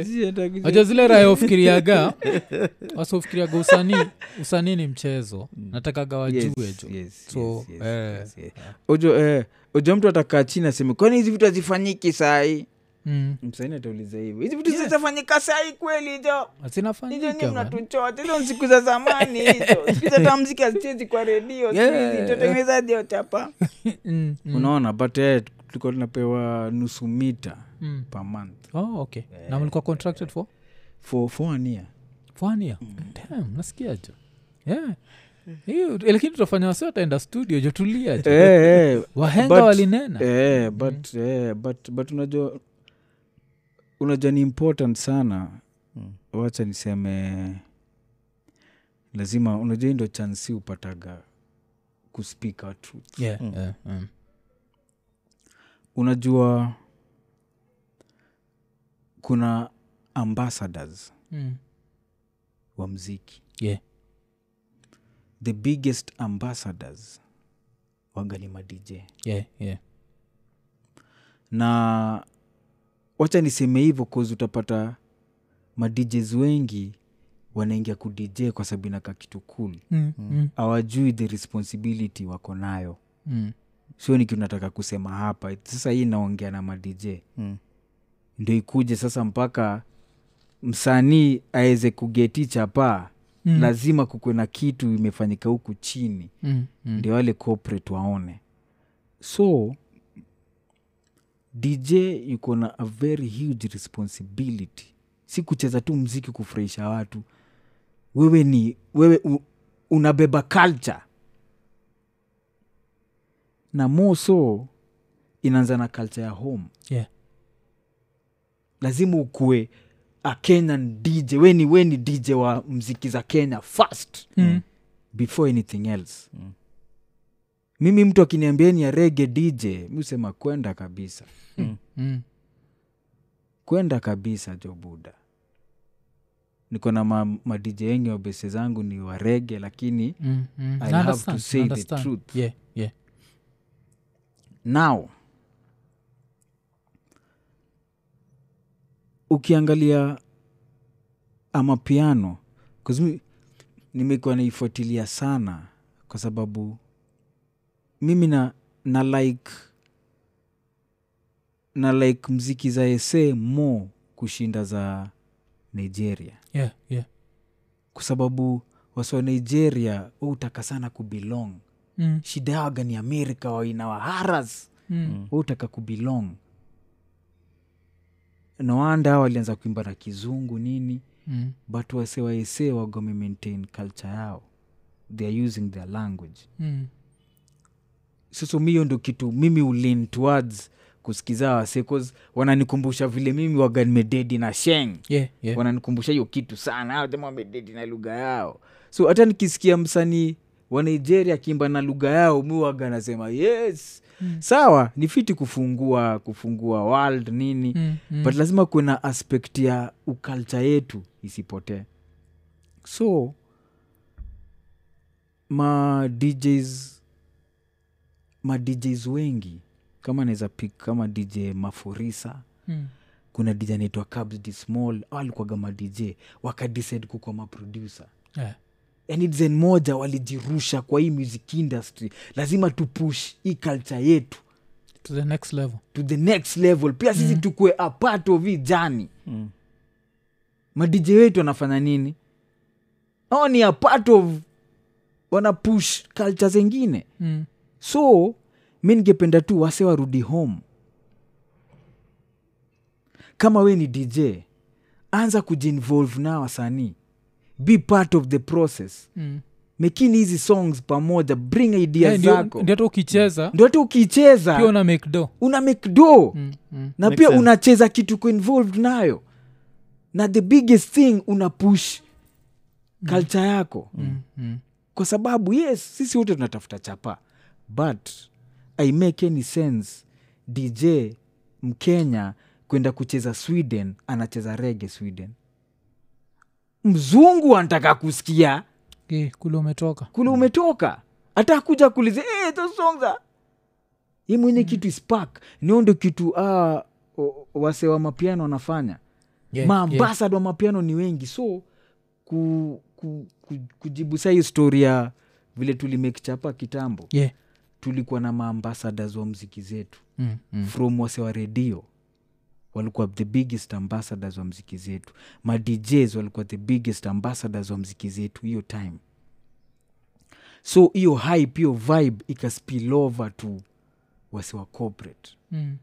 Speaker 1: waja zile raya wafikiriaga wasiofikiriaga usanii usanii ni mchezo natakaga wajue jo So, eh,
Speaker 2: ojo eh, ojo mtu atakaa chini aseme kwani hizi vitu hazifanyiki sahi
Speaker 1: Mm,
Speaker 2: msaini atauliza hivyo hizi vitu zitafanyika sahi kweli jo hizo ni
Speaker 1: zinafanyika bana.
Speaker 2: mnatuchocha hizo ni siku za zamani hizo siku hizi hata mziki hazichezi kwa redio siku
Speaker 1: Yeah.
Speaker 2: hizi tutengeneza dio chapa
Speaker 1: Mm, mm,
Speaker 2: unaona but eh, tulikuwa tunapewa nusu mita
Speaker 1: mm.
Speaker 2: per month
Speaker 1: Oh, okay na mlikuwa contracted for
Speaker 2: for, for one year
Speaker 1: fania mm. nasikia jo yeah. Hiyo, lakini tutafanya wasi wataenda studio jo tulia jo
Speaker 2: (laughs) eh, eh,
Speaker 1: wahenga
Speaker 2: but-
Speaker 1: walinena
Speaker 2: Eh, but, eh, but, but unajua unajua ni important sana
Speaker 3: Mm.
Speaker 2: wacha niseme lazima unajua hii ndo chansi upataga kuspeak our truth
Speaker 1: yeah, yeah, mm.
Speaker 2: unajua kuna ambassadors
Speaker 1: Mm.
Speaker 2: wa mziki
Speaker 1: Yeah.
Speaker 2: the biggest ambassadors waga ni madj
Speaker 1: Yeah, yeah.
Speaker 2: na wacha niseme hivyo cause utapata madjs wengi wanaingia kudj kwa sababu inakaa kitu cool
Speaker 1: Mm, mm,
Speaker 2: hawajui the responsibility wako nayo
Speaker 1: mm.
Speaker 2: sio ni kitu nataka kusema hapa sasa hii naongea na madj
Speaker 3: Mm.
Speaker 2: ndo ikuje sasa mpaka msanii aweze kugeti chapaa
Speaker 1: Mm,
Speaker 2: lazima kukuwe na kitu imefanyika huku chini
Speaker 1: mm, mm.
Speaker 2: ndio wale corporate waone so dj yuko na a very huge responsibility si kucheza tu mziki kufurahisha watu wewe ni wewe u, unabeba culture na moso inaanza na culture ya home
Speaker 1: Yeah.
Speaker 2: lazima ukue a kenyan dj we ni, we ni dj wa mziki za kenya first
Speaker 1: Mm.
Speaker 2: before anything else mimi mtu akiniambia ni arege dj mi husema kwenda kabisa
Speaker 1: Mm.
Speaker 2: kwenda kabisa jobuda niko na ma, ma dj wengi wabese zangu ni warege lakini
Speaker 1: Mm, mm.
Speaker 2: I have to
Speaker 1: Understand,
Speaker 2: say the
Speaker 1: understand.
Speaker 2: truth.
Speaker 1: Yeah, yeah.
Speaker 2: now ukiangalia amapiano 'cause mi- nimekuwa naifuatilia sana kwa sababu mimi na, na like na like mziki za ese mo kushinda za nigeria
Speaker 1: Yeah, yeah.
Speaker 2: kwa sababu wasi wa nigeria wao hutaka sana kubelong
Speaker 1: Mm,
Speaker 2: shida yawaga ni amerika waina wa haras
Speaker 1: mm.
Speaker 2: utaka kubelong nawanda walianza kuimba na kizungu nini
Speaker 1: Mm,
Speaker 2: but wasewaese wagome maintain culture yao they are using their language
Speaker 1: mm.
Speaker 2: sasa mi hiyo ndo kitu mimi ulin towards kusikiza wase cause wananikumbusha vile mimi waga nimededi na sheng
Speaker 1: Yeah, yeah.
Speaker 2: wananikumbusha hiyo kitu sana hao jamaa wamededi na lugha yao so hata nikisikia msanii wa nigeria akiimba na lugha yao miwaga nasema yes mm. sawa ni fiti kufungua kufungua world nini
Speaker 1: Mm, mm.
Speaker 2: but lazima kuwe na aspekt ya ukalcha yetu isipotee so ma djs ma djs wengi kama naweza pik kama dj mafurisa
Speaker 1: Mm.
Speaker 2: kuna dj anaitwa Cubs D small au alikuwaga madj wakadecide kukwa maproducer
Speaker 1: Yeah.
Speaker 2: yani design moja walijirusha kwa hii music industry lazima tupush hii culture yetu
Speaker 1: to the next level
Speaker 2: to the next level pia sisi mm. tukue a part of hii jani
Speaker 3: Mm.
Speaker 2: madj wetu wanafanya nini au ni a part of wana push culture zengine
Speaker 1: mm.
Speaker 2: so mi ningependa tu wase warudi home kama we ni dj anza kujinvolve na wasanii be part of the process
Speaker 1: Mm.
Speaker 2: mekini hizi songs pamoja bring idea
Speaker 1: Eh, ndio-
Speaker 2: zako
Speaker 1: ndio hata ukicheza
Speaker 2: ndio hata
Speaker 1: pia
Speaker 2: ukiicheza
Speaker 1: una make do
Speaker 2: una make do
Speaker 1: Mm, mm.
Speaker 2: na
Speaker 3: Makes
Speaker 2: pia
Speaker 3: sense.
Speaker 2: unacheza kitu kuinvolved nayo na the biggest thing una push culture yako
Speaker 1: Mm, mm.
Speaker 2: kwa sababu yes sisi wote tunatafuta chapa but i make any sense dj mkenya kwenda kucheza sweden anacheza rege sweden mzungu anataka kusikia
Speaker 1: Eh, kule umetoka
Speaker 2: kule umetoka hata "Eh, akuja kuliza hey, tosonga ye mwenye kitu spark nio ndo kitu ah, o- wase wa mapiano wanafanya
Speaker 1: Yeah, yeah.
Speaker 2: maambasad wa mapiano ni wengi so ku, ku, ku, kujibu saa hiyo stori ya vile tulimake chapa kitambo
Speaker 1: Yeah.
Speaker 2: tulikuwa na maambasadas wa mziki zetu
Speaker 1: Mm, mm.
Speaker 2: from wase wa redio walikuwa the biggest ambassadors wa mziki zetu madjs walikuwa the biggest ambassadors wa mziki zetu hiyo time so hiyo hype hiyo vibe ikaspill over tu wase wa corporate
Speaker 1: Mm.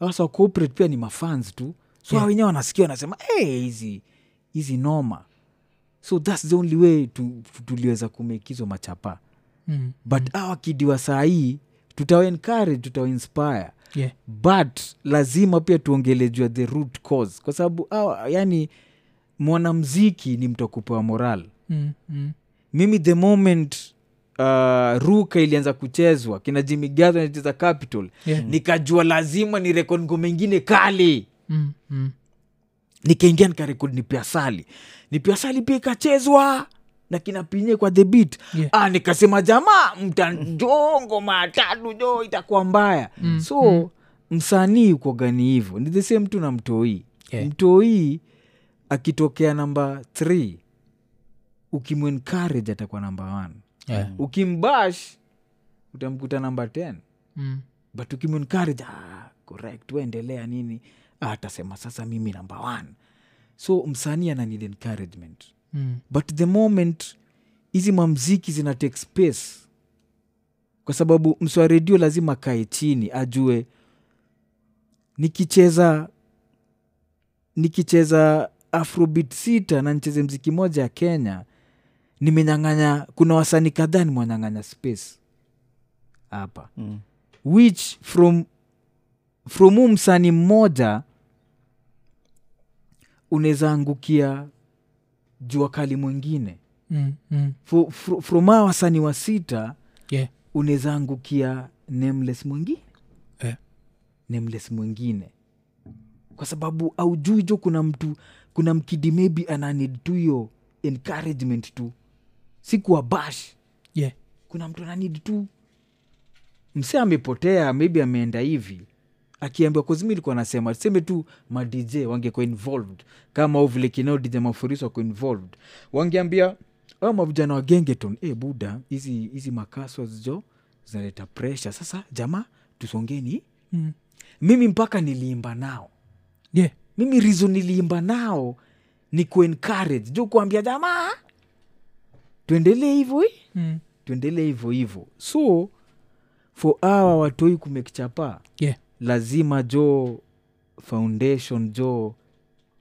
Speaker 2: sasa corporate pia ni mafans tu so yeah. wenyewe wanasikia wanasema "Eh, hizi hizi noma so thats the only way tu- tu- tuliweza kumekizwa machapa
Speaker 1: Mm.
Speaker 2: but mm. awa kidiwa saa hii tutawaencourage tutawainspire
Speaker 1: Yeah.
Speaker 2: but lazima pia tuongele juu ya the root cause kwa sababu awa, yani mwanamziki ni mtu wa kupewa moral
Speaker 1: Mm, mm.
Speaker 2: mimi the moment uh, ruka ilianza kuchezwa kina jimigazo anacheza capital
Speaker 1: Yeah.
Speaker 2: nikajua lazima ni rekod ngoma ingine kali
Speaker 1: Mm, mm.
Speaker 2: nikaingia nikarekod nipiasali nipiasali pia ikachezwa na kinapinye kwa the beat
Speaker 1: Yeah.
Speaker 2: ah, nikasema jamaa mtanjongo matatu jo itakuwa mbaya mm. so mm. msanii uko gani hivyo ni the same tu na mtoii
Speaker 1: Yeah.
Speaker 2: mtoii akitokea namba 3 ukimencourage atakuwa namba 1
Speaker 1: Yeah.
Speaker 2: ukimbash utamkuta namba 10
Speaker 1: Mm.
Speaker 2: but ukimencourage ah, correct uendelea nini ah, atasema sasa mimi namba 1 so msanii ana need encouragement
Speaker 1: Mm.
Speaker 2: but the moment hizi mamziki zina take space kwa sababu msi wa redio lazima akae chini ajue nikicheza nikicheza afrobit sita na nicheze mziki moja ya kenya nimenyang'anya kuna wasani kadhaa nimewanyang'anya space hapa
Speaker 3: Mm.
Speaker 2: which from from huu msanii mmoja unaweza angukia jua kali mwingine
Speaker 1: Mm. Mm.
Speaker 2: Fro- fro- from hawa wasanii wa sita
Speaker 1: Yeah.
Speaker 2: unaweza angukia nameless mwingine
Speaker 1: Eh.
Speaker 2: nameless mwingine kwa sababu aujui jo kuna mtu kuna mkidi maybe ana need tu hiyo encouragement tu si kuwa bash
Speaker 1: Yeah.
Speaker 2: kuna mtu ana need tu msee amepotea maybe ameenda hivi akiambiwa kozimi ilikuwa anasema tuseme tu madj wangekuwa involved kama au vile kinao dj mafuriso wako involved wangeambia au mavijana wa gengeton e buda hizi hizi makaso zijo zinaleta presha sasa jamaa tusongeni
Speaker 1: Mm.
Speaker 2: mimi mpaka niliimba nao
Speaker 1: Yeah.
Speaker 2: mimi rizo niliimba nao ni kuencourage juu kuambia jamaa tuendelee hivyo eh." hii
Speaker 1: Mm.
Speaker 2: tuendelee hivyo hivyo so for awa watoi kumekichapa
Speaker 1: Yeah.
Speaker 2: lazima jo foundation jo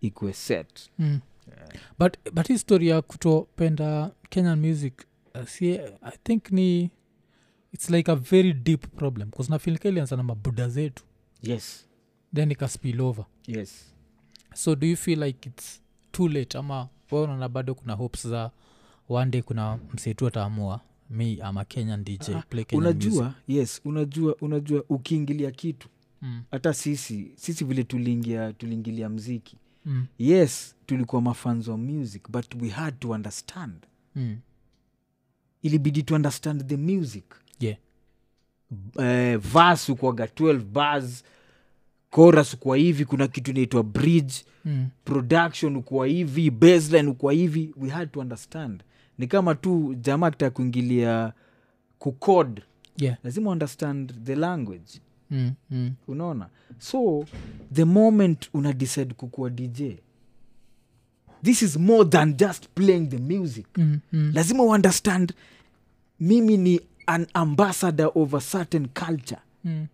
Speaker 2: ikue set
Speaker 1: Mm. but but hii story ya kutopenda kenyan music uh, si i think ni its like a very deep problem bcause nafilika ilianza na mabuda zetu
Speaker 2: yes
Speaker 1: then ikaspill over
Speaker 2: yes
Speaker 1: so do you feel like its too late ama waonana bado kuna hopes za one day kuna msetu ataamua mi ama kenyan dj
Speaker 2: Ah,
Speaker 1: play kenyan music.
Speaker 2: unajua yes unajua unajua ukiingilia kitu
Speaker 1: Mm,
Speaker 2: hata sisi sisi vile tuliingia tuliingilia mziki
Speaker 1: mm,
Speaker 2: yes tulikuwa mafans wa music but we had to understand
Speaker 1: mm.
Speaker 2: ilibidi to understand the music
Speaker 1: yeah
Speaker 2: eh, vas ukuaga 12 bars coras ukuwa hivi kuna kitu inaitwa bridge
Speaker 1: mm,
Speaker 2: production ukuwa hivi baseline ukuwa hivi we had to understand ni kama tu jamaa akitaka kuingilia kucode
Speaker 1: yeah
Speaker 2: lazima understand the language
Speaker 1: mm, mm,
Speaker 2: unaona so the moment una decide kukuwa dj this is more than just playing the music
Speaker 1: mm, mm.
Speaker 2: lazima uunderstand mimi ni an ambassador of a certain culture
Speaker 1: Mm.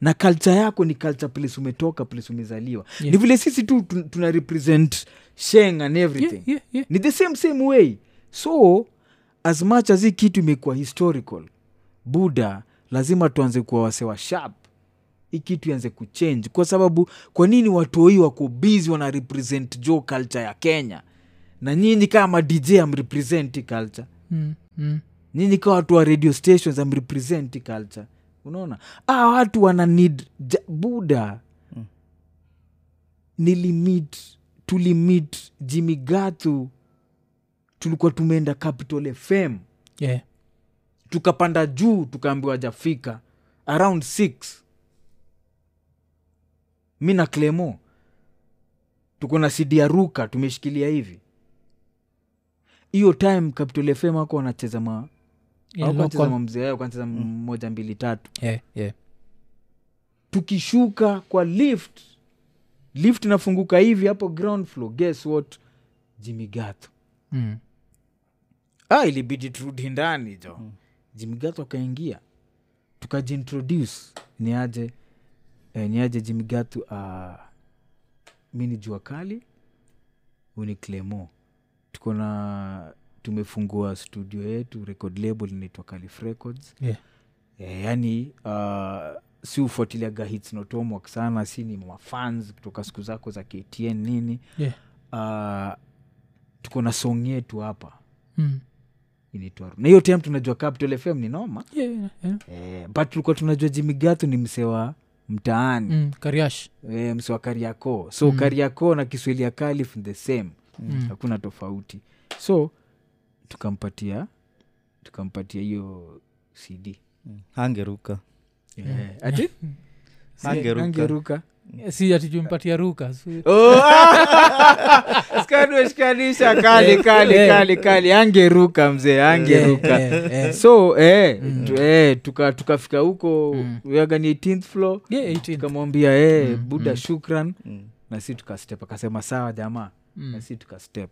Speaker 2: na culture yako ni culture place umetoka place umezaliwa ni vile sisi tu tun- tuna represent sheng and everything
Speaker 1: yeah yeah yeah
Speaker 2: ni the same same way so as much as hii kitu imekuwa historical buda lazima tuanze kuwa wasewa sharp hii kitu ianze kuchange kwa sababu kwa nini watoi wako bizi wana represent jo culture ya kenya na nyinyi kama dj amrepresenti culture
Speaker 1: mm, mm.
Speaker 2: nyinyi kaa watu wa radio stations amrepresenti culture unaona a watu wana need ja, buda ni limit tulimit jimigathu tulikuwa tumeenda capital fm
Speaker 1: yeah
Speaker 2: tukapanda juu tukaambiwa jafika around 6 mi na clemo tuko na sidi ya ruka tumeshikilia hivi hiyo time capital fm ako wanacheza ma
Speaker 1: Yeah,
Speaker 2: aukancheza
Speaker 1: local. Mm.
Speaker 2: mamzee yao kancheza moja mbili tatu
Speaker 1: yeah yeah
Speaker 2: tukishuka kwa lift lift inafunguka hivi hapo ground floor guess what jimigatho
Speaker 1: mm.
Speaker 2: ah, ilibidi turudi ndani jo mm. jimigatho akaingia tukajiintroduce ni aje eh, ni aje jimigatho uh, mi ni jua kali uni clemo tuko na tumefungua studio yetu record label inaitwa calif records
Speaker 1: yeah
Speaker 2: Eh, yani uh, si ufuatiliaga hits not homework sana si ni mafans kutoka siku zako za ktn nini
Speaker 1: yeah
Speaker 2: uh, tuko na song yetu hapa
Speaker 1: mm.
Speaker 2: inaitwa na hiyo time tunajua capital fm ni noma
Speaker 1: yeah yeah, yeah.
Speaker 2: eh, but tulikuwa tunajua jimigato ni msewa mtaani
Speaker 1: Mm. kariash
Speaker 2: e, msi wa kariakoo so mm. kariakoo na kiswahili ya kalif ni the same mm. hakuna tofauti so tukampatia
Speaker 3: mm.
Speaker 2: tukampatia hiyo cd
Speaker 3: angeruka
Speaker 2: Eh, ati
Speaker 3: Angeruka.
Speaker 2: angeruka
Speaker 1: Mm. si atijumpatia ruka si-
Speaker 2: Oh, (laughs) skadweshikanisha ah! kali kali
Speaker 1: Eh.
Speaker 2: kali kali angeruka mzee angeruka
Speaker 1: Eh, eh, Mm. eh.
Speaker 2: so eh, tu, eh, tuka- tukafika huko
Speaker 1: Mm.
Speaker 2: waga ni 18th floor
Speaker 1: Yeah, 18.
Speaker 2: tukamwambia eh, buda shukran
Speaker 3: Mm.
Speaker 2: na si tukastep akasema sawa jamaa
Speaker 1: Mm.
Speaker 2: na si tukastep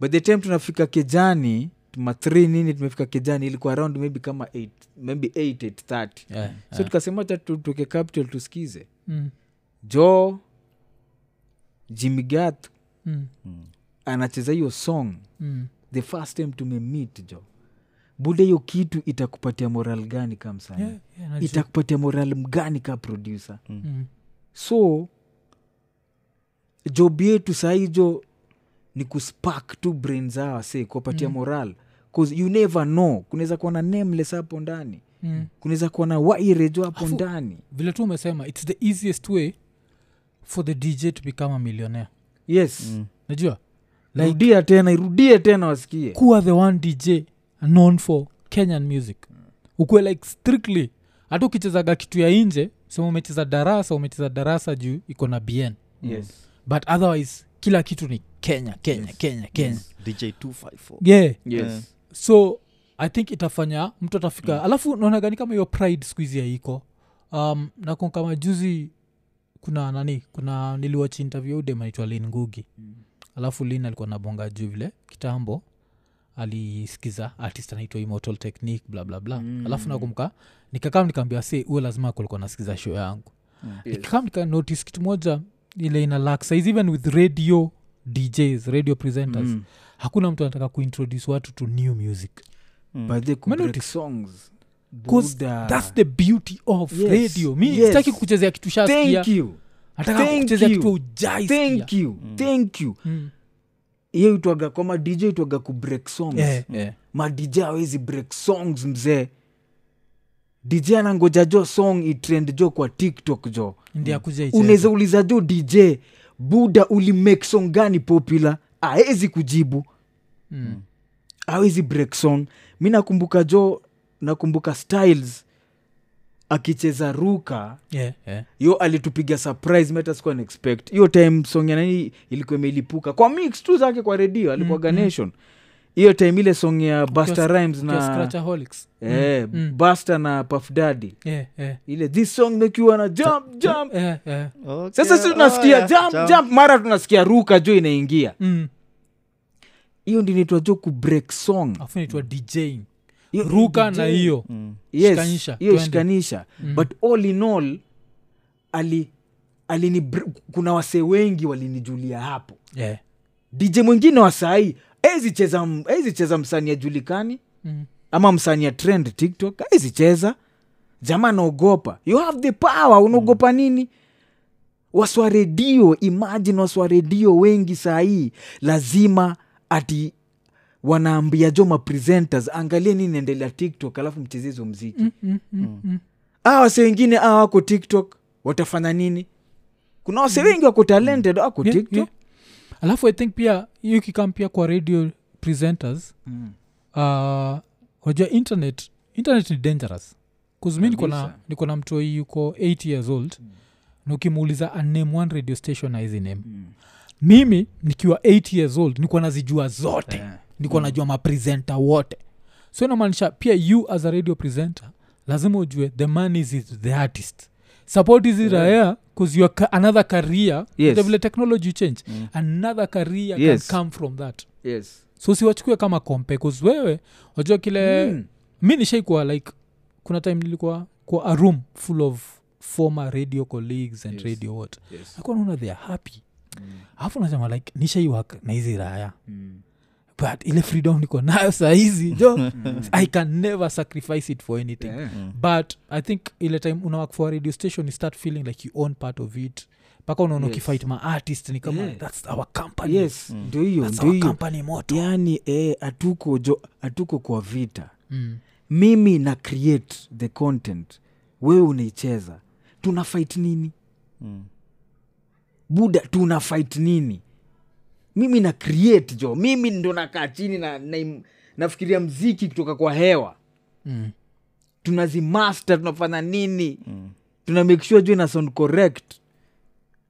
Speaker 2: by the time tunafika kejani matri nini tumefika kejani ilikuwa around maybe kama 8 maybe 8 8
Speaker 1: Yeah,
Speaker 2: so tukasema hata tu- tuke capital tusikize
Speaker 1: mm,
Speaker 2: jo jimigat
Speaker 1: mm,
Speaker 2: anacheza hiyo song
Speaker 1: mm.
Speaker 2: the first time tumemit jo buda hiyo kitu itakupatia moral gani ka msanii
Speaker 1: Yeah, yeah, najua.
Speaker 2: itakupatia moral mgani ka producer
Speaker 1: Mm,
Speaker 2: so job yetu sahijo ni kuspak tu brain za wase kuwapatia mm. moral cause you never know kunaweza kuwa na nameless hapo ndani
Speaker 1: mm.
Speaker 2: kunaweza kuwa na wairejo hapo
Speaker 1: Afu-
Speaker 2: ndani
Speaker 1: vile tu umesema its the easiest way for the dj to become a millionaire
Speaker 2: yes mm.
Speaker 1: najua
Speaker 2: like, rudia tena irudie tena wasikie
Speaker 1: kuwa the one dj known for kenyan music ukuwe like strictly hata ukichezaga kitu ya inje sema umecheza darasa umecheza darasa juu iko na bn
Speaker 2: yes.
Speaker 1: but otherwise kila kitu ni kenya kenya yes. kenya kenya yes.
Speaker 3: dj 254
Speaker 1: yeah
Speaker 3: Yes.
Speaker 1: so i think itafanya mtu atafika mm. alafu naonagani kama hiyo pride squeezi haiko um, nakon kama juzi kuna nani kuna niliwach interview udemanaitwa lin ngugi mm. alafu lin alikuwa nabonga juu vile kitambo alisikiza artist anaitwa immortal technique bla bla bla mm. alafu nakumka nikakam nikaambia se uwe lazima kulikuwa nasikiza show yangu mm. nikakam nikanotice kitu moja ile ina lack size even with radio djs radio presenters mm hakuna mtu anataka kuintroduce watu to new music
Speaker 2: By the
Speaker 1: Melody.
Speaker 2: kubreak songs
Speaker 1: 'Cause
Speaker 2: Buddha.
Speaker 1: thats the beauty of
Speaker 2: Yes.
Speaker 1: radio mi
Speaker 2: Yes.
Speaker 1: sitaki kukuchezea kitu
Speaker 2: thank
Speaker 1: shaskia
Speaker 2: you
Speaker 1: nataka
Speaker 2: Thank
Speaker 1: kukuchezea
Speaker 2: you.
Speaker 1: kitu ujai Mm.
Speaker 2: thank you thank you hiyo itwaga Mm. kwa madj itwaga kubreak songs
Speaker 1: Eh,
Speaker 2: madj awezi break songs mzee dj anangoja jo song itrend jo kwa tiktok jo
Speaker 1: ndi akuja
Speaker 2: unaweza uliza jo dj buda ulimake song gani popular aezi kujibu awezi break song mi nakumbuka jo nakumbuka styles akicheza ruka
Speaker 1: Eh.
Speaker 2: yo alitupiga surprise meta sikuwa naexpect hiyo time song ya nani ilikuwa imelipuka kwa mix tu zake kwa redio alikuwa mm, ganation hiyo time ile song ya Busta Rhymes na eh, Busta na Puff Daddy
Speaker 1: Eh,
Speaker 2: ile this song make you wanna jump jump
Speaker 1: eh.
Speaker 3: Okay,
Speaker 2: sasa si tunasikia
Speaker 3: alright,
Speaker 2: jump,
Speaker 3: oh, jump.
Speaker 2: jump mara tunasikia ruka jo inaingia
Speaker 1: Mm.
Speaker 2: hiyo ndi inaitwa jo kubreak song
Speaker 1: afu naitwa djing
Speaker 2: Hiyo-
Speaker 1: ruka na hiyo
Speaker 2: Mm. yes,
Speaker 1: Shikanisha,
Speaker 2: hiyo
Speaker 1: twende. Mm.
Speaker 2: shikanisha but all in all ali alini kuna wasee wengi walinijulia hapo
Speaker 1: Yeah.
Speaker 2: dj mwingine wa sahii ezicheza ezicheza msanii ajulikani
Speaker 1: Mm.
Speaker 2: ama msanii ya trend tiktok ezicheza jamaa anaogopa you have the power
Speaker 1: Mm.
Speaker 2: unaogopa nini waswa redio imajin waswa redio wengi sahii lazima ati wanaambia jo mapresenters angalie nini naendelea tiktok alafu mcheze hizo mziki
Speaker 1: Mm,
Speaker 2: aa wase wengine aa wako tiktok watafanya nini kuna wase wengi wako talented wako
Speaker 1: Mm. Yeah,
Speaker 2: tiktok
Speaker 1: yeah. alafu i think pia hiyo ikikam pia kwa radio presenters
Speaker 2: Mm.
Speaker 1: uh, unajua internet internet ni dangerous kuzumi niko na
Speaker 2: Kabisa.
Speaker 1: niko na mtoi yuko 8 years old mm. na ukimuuliza aname one radio station na hizi name mm. mimi nikiwa 8 years old nikuwa nazijua zote
Speaker 2: Eh.
Speaker 1: yeah. nikuwa mm. najua mapresenta wote so inamaanisha pia you as a radio presenter lazima ujue the man is with the artist support is yeah. rare bcause you are ca- another career
Speaker 2: Eh. Yes.
Speaker 1: the vile technology change mm. another career
Speaker 2: Yes.
Speaker 1: can come from that
Speaker 2: yes.
Speaker 1: so siwachukue kama kompe 'cause wewe wajua kile mm.
Speaker 2: Mm.
Speaker 1: mi nishaikuwa like kuna time nilikuwa kwa a room full of former radio colleagues and yes. radio what
Speaker 2: Yes.
Speaker 1: nakuwa naona they are happy alafu mm. nasema like nishaiwak na hizi raya
Speaker 2: Mm.
Speaker 1: but ile freedom niko nayo sahizi jo
Speaker 2: (laughs)
Speaker 1: i can never sacrifice it for anything
Speaker 2: Mm. Yeah.
Speaker 1: but i think ile time unawak for a radio station you start feeling like you own part of it mpaka unaona
Speaker 2: Yes.
Speaker 1: ukifight ma artist ni kama
Speaker 2: Yeah.
Speaker 1: that's our company
Speaker 2: yes ndio hiyo
Speaker 1: that's
Speaker 2: ndio
Speaker 1: our
Speaker 2: hiyo
Speaker 1: company moto
Speaker 2: yani eh, hatuko jo hatuko kwa vita
Speaker 1: mm.
Speaker 2: mimi na create the content wewe unaicheza tuna fight nini
Speaker 3: Mm.
Speaker 2: buda tuna fight nini mimi na create jo mimi ndo nakaa chini na, na nafikiria mziki kutoka kwa hewa
Speaker 1: Mm.
Speaker 2: tunazimaster tunafanya nini mm. tuna make sure juu ina sound correct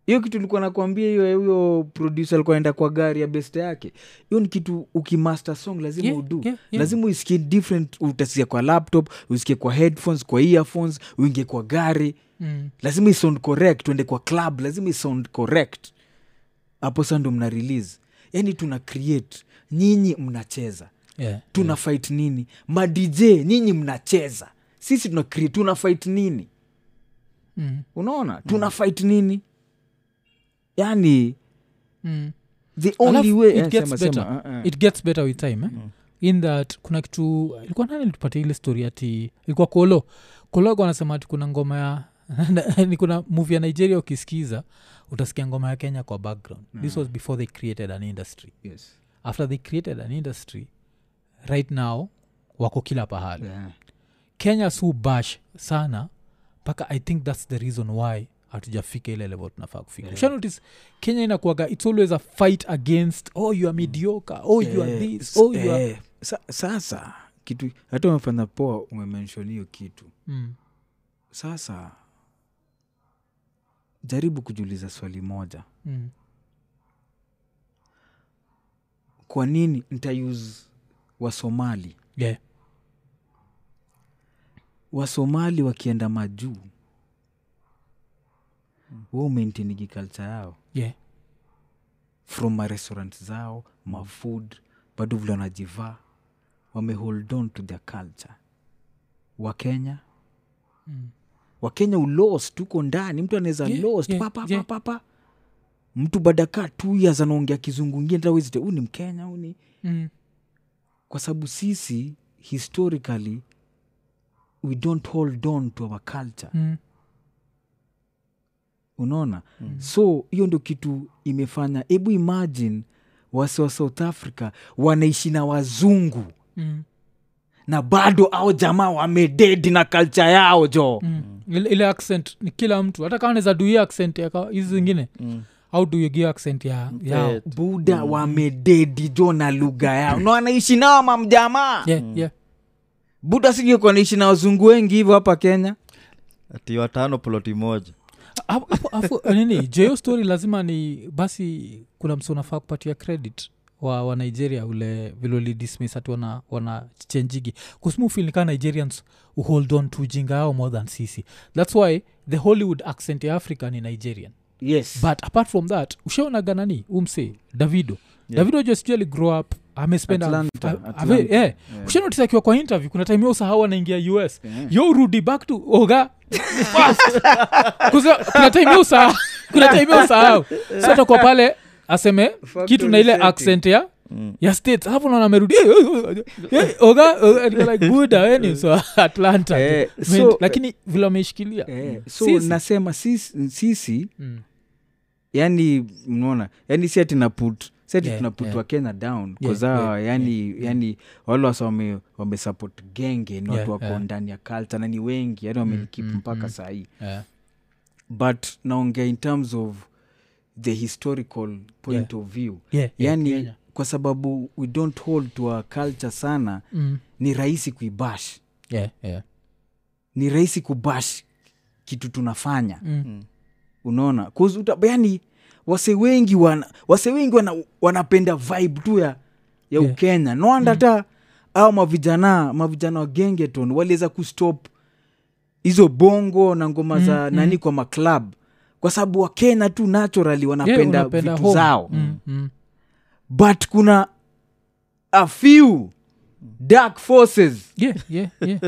Speaker 2: hiyo kitu ilikuwa nakwambia hiyo ya huyo producer alikuwa anaenda kwa gari ya best yake hiyo ni kitu ukimaster song lazima
Speaker 1: Yeah,
Speaker 2: udu
Speaker 1: yeah, yeah.
Speaker 2: lazima uisikie different utasikia kwa laptop usikie kwa headphones kwa earphones uingie kwa gari
Speaker 1: mm.
Speaker 2: lazima isound correct uende kwa club lazima isound correct hapo sa ndo mna release yani tuna create nyinyi mnacheza
Speaker 1: yeah.
Speaker 2: tuna fight nini madj nyinyi mnacheza sisi tuna create tuna fight nini
Speaker 1: mm.
Speaker 2: unaona tuna fight nini yani
Speaker 1: mm.
Speaker 2: the only
Speaker 1: Alafu,
Speaker 2: way
Speaker 1: it
Speaker 2: eh,
Speaker 1: gets
Speaker 2: sema,
Speaker 1: better.
Speaker 2: sema, eh, eh.
Speaker 1: it gets better with time eh? mm. in that kuna kitu ilikuwa nani alitupatia ile story ati ilikuwa kolo kolo alikuwa anasema ati kuna ngoma ya (laughs) ni kuna movie ya nigeria ukisikiza utasikia ngoma ya kenya kwa background mm. this was before they created an industry
Speaker 2: Yes.
Speaker 1: after they created an industry right now wako kila pahali
Speaker 2: Yeah.
Speaker 1: kenya su bash sana mpaka i think thats the reason why hatujafika ile level tunafaa kufika yeah. shanotis kenya inakuaga its always a fight against oh you are mediocre oh you are
Speaker 2: Eh,
Speaker 1: this
Speaker 2: s-
Speaker 1: oh you are
Speaker 2: eh, sa- sasa kitu hata umefanya poa umemenshon hiyo kitu
Speaker 1: mm.
Speaker 2: sasa jaribu kujiuliza swali moja
Speaker 1: Mm.
Speaker 2: kwa nini ntause wasomali
Speaker 1: Yeah.
Speaker 2: wasomali wakienda majuu wa umeintinigi kalcha yao
Speaker 1: Yeah.
Speaker 2: from marestaurant zao mafood bado vile wanajivaa wamehold on to their culture wakenya
Speaker 1: Mm.
Speaker 2: wakenya ulost tuko ndani mtu anaweza
Speaker 1: Yeah,
Speaker 2: lost
Speaker 1: yeah,
Speaker 2: papa
Speaker 1: yeah.
Speaker 2: papa papa mtu badaka tu years anaongea kizungu ingine hata huwezi te- huyu ni mkenya huyu ni
Speaker 1: Mm.
Speaker 2: kwa sababu sisi historically we don't hold on to our culture
Speaker 1: Mm.
Speaker 2: unaona mm. so hiyo ndio kitu imefanya hebu imagine wasi wa south africa wanaishi na wazungu
Speaker 1: Mm.
Speaker 2: na bado au jamaa wamededi na kalcha yao jo mm.
Speaker 1: Mm. Ile- ile accent ni kila mtu hata kama naweza duia accent ya ka- hizi zingine mm. au duigia accent ya yao
Speaker 3: Eh,
Speaker 2: buda wamededi jo na lugha yao na wanaishi nao mamjamaa
Speaker 1: yeah, yeah.
Speaker 2: buda sijuko wanaishi na wazungu wengi hivyo hapa kenya
Speaker 3: ati watano ploti moja
Speaker 1: Hapo- hapo- hapo, eh, nini jeyo story lazima ni basi kuna msi unafaa kupatia credit wa, wa nigeria ule vilolidismiss ati wana, wana chenjigi kusimufilika nigerians hold on to jinga yao more than sisi thats why the hollywood accent ya africa ni nigerian
Speaker 2: yes
Speaker 1: but apart from that ushaonaga nani umse davido yeah. davido josjali grow up amespend
Speaker 2: Atlanta,
Speaker 1: a- a- a-
Speaker 2: Atlanta.
Speaker 1: eh, ushanotice akiwa kwa interview kuna time yo sahau anaingia us yo rudi back to oga fast. Kusa- kuna time yo sahau kuna time yo sahau so atakuwa pale aseme kitu na ile
Speaker 2: setting.
Speaker 1: accent ya
Speaker 3: Mm.
Speaker 1: ya states hapo naona amerudi "Eh, eh, eh, eh, oga oga," and you're like buda weni so atlanta
Speaker 2: Eh,
Speaker 1: Meant-
Speaker 2: so-
Speaker 1: lakini vile wameishikilia
Speaker 2: eh, so
Speaker 1: Sisi.
Speaker 2: nasema sisi, sisi
Speaker 1: Mm.
Speaker 2: yani mnaona yani Yaani, si ati naput siati
Speaker 1: Yeah,
Speaker 2: yeah, tunaput
Speaker 1: yeah.
Speaker 2: yeah. wakenya down
Speaker 1: Yeah,
Speaker 2: kaza
Speaker 1: yeah,
Speaker 2: yeah, yani yeah, yani yaani, wale wasa wame, wame support genge ni
Speaker 1: Yeah,
Speaker 2: watu wako
Speaker 1: yeah.
Speaker 2: ndani ya culture na ni wengi yani wamenikip
Speaker 1: mm,
Speaker 2: mpaka
Speaker 1: mm.
Speaker 2: sahii
Speaker 1: Eh,
Speaker 2: but naongea in terms of the historical point yeah. of view
Speaker 1: yeah, yeah,
Speaker 2: yani
Speaker 1: Kenya.
Speaker 2: kwa sababu we don't hold to our culture sana
Speaker 1: Mm.
Speaker 2: ni rahisi kuibash
Speaker 1: Yeah, yeah.
Speaker 2: ni rahisi kubash kitu tunafanya
Speaker 1: Mm.
Speaker 2: unaona 'Cause uta- yani wase wengi wana, wase wengi wana, wanapenda vibe tu ya, ya
Speaker 1: Yeah.
Speaker 2: ukenya noandata mm. au mavijana mavijana wa gengeton waliweza kustop hizo bongo na ngoma za
Speaker 1: Mm, mm.
Speaker 2: nani kwa maklab kwa sababu wakenya tu naturally wanapenda
Speaker 1: Yeah,
Speaker 2: yeah,
Speaker 1: unapenda
Speaker 2: vitu
Speaker 1: home.
Speaker 2: zao
Speaker 1: Mm, mm.
Speaker 2: but kuna a few dark forces
Speaker 1: Yeah, yeah, yeah.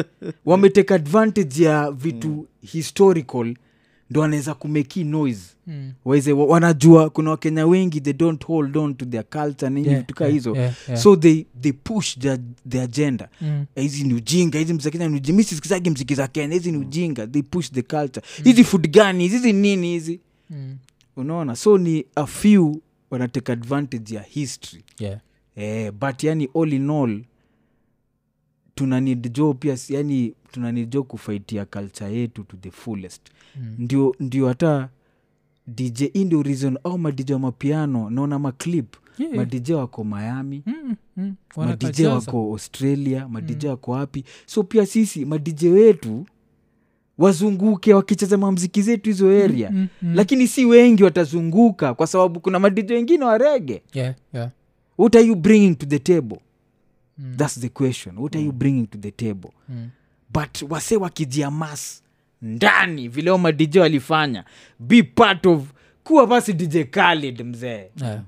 Speaker 2: wameteka advantage ya vitu mm. historical ndo wanaweza kumeki noise
Speaker 1: (laughs) Mm.
Speaker 2: waweze wa- wanajua kuna wakenya wengi they don't hold on to their culture nini
Speaker 1: Yeah,
Speaker 2: vitu kaa
Speaker 1: yeah,
Speaker 2: hizo
Speaker 1: yeah, yeah.
Speaker 2: so they, they push their, their agenda
Speaker 1: Mm.
Speaker 2: hizi ni ujinga hizi mziki za Kenya ni ujinga mi sisikizagi mziki za kenya hizi ni
Speaker 1: Mm.
Speaker 2: ujinga they push the culture hizi food gani hizi hizi nini hizi
Speaker 1: Mm.
Speaker 2: unaona so ni a few wanateka advantage ya history
Speaker 1: Yeah.
Speaker 2: eh, but yani all in all tuna need jo pia si- yani tuna need jo kufaitia culture yetu to the fullest
Speaker 1: Mm.
Speaker 2: ndio ndio hata dj hii ndio reason au madj wa mapiano naona maclip
Speaker 1: Yeah, yeah.
Speaker 2: madj wako miami
Speaker 1: Mm, mm. Wanakaa
Speaker 2: madj
Speaker 1: jaza. Mm.
Speaker 2: wako australia madj wako wapi so pia sisi madj wetu wazunguke wakicheza mamziki zetu hizo area
Speaker 1: Mm, mm.
Speaker 2: lakini si wengi watazunguka kwa sababu kuna madijo wengine warege
Speaker 1: Yeah, yeah.
Speaker 2: what are you bringing to the table
Speaker 1: Mm.
Speaker 2: thats the question what are you bringing to the table
Speaker 1: Mm.
Speaker 2: but wase wakijiamas ndani vile o madj alifanya be part of kuwa basi dj Khaled mzee
Speaker 1: Yeah, yeah.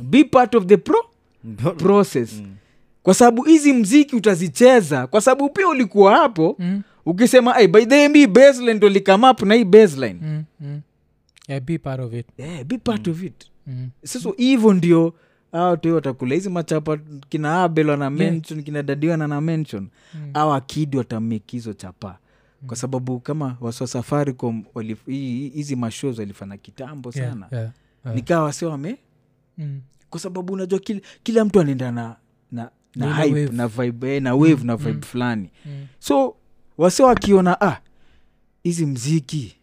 Speaker 2: be part of the Mm. pro process mm. kwa sababu hizi mziki utazicheza kwa sababu pia ulikuwa hapo
Speaker 1: Mm,
Speaker 2: ukisema hey, by the mb baseline ndo likamap na hii baseline mm.
Speaker 1: mm, mm. Yeah, be part of it.
Speaker 2: yeah, be part mm. of it
Speaker 1: Mm.
Speaker 2: sasa hivyo ndio awatu watakula hizi machapa kina abel wana mention kina dadiwa na na mention
Speaker 1: Mm.
Speaker 2: au akidi watameki hizo chapa kwa sababu kama waswa safaricom walif- hii- hizi mashows walifanya kitambo
Speaker 1: Yeah,
Speaker 2: sana
Speaker 1: yeah, yeah.
Speaker 2: nikawa wase wame
Speaker 1: Mm.
Speaker 2: kwa sababu unajua kila, kila mtu anaenda na na
Speaker 1: Na
Speaker 2: na
Speaker 1: ile
Speaker 2: hype,
Speaker 1: wave.
Speaker 2: na vibe eh, na wave na vibe fulani
Speaker 1: Mm.
Speaker 2: so wase wakiona ah hizi mziki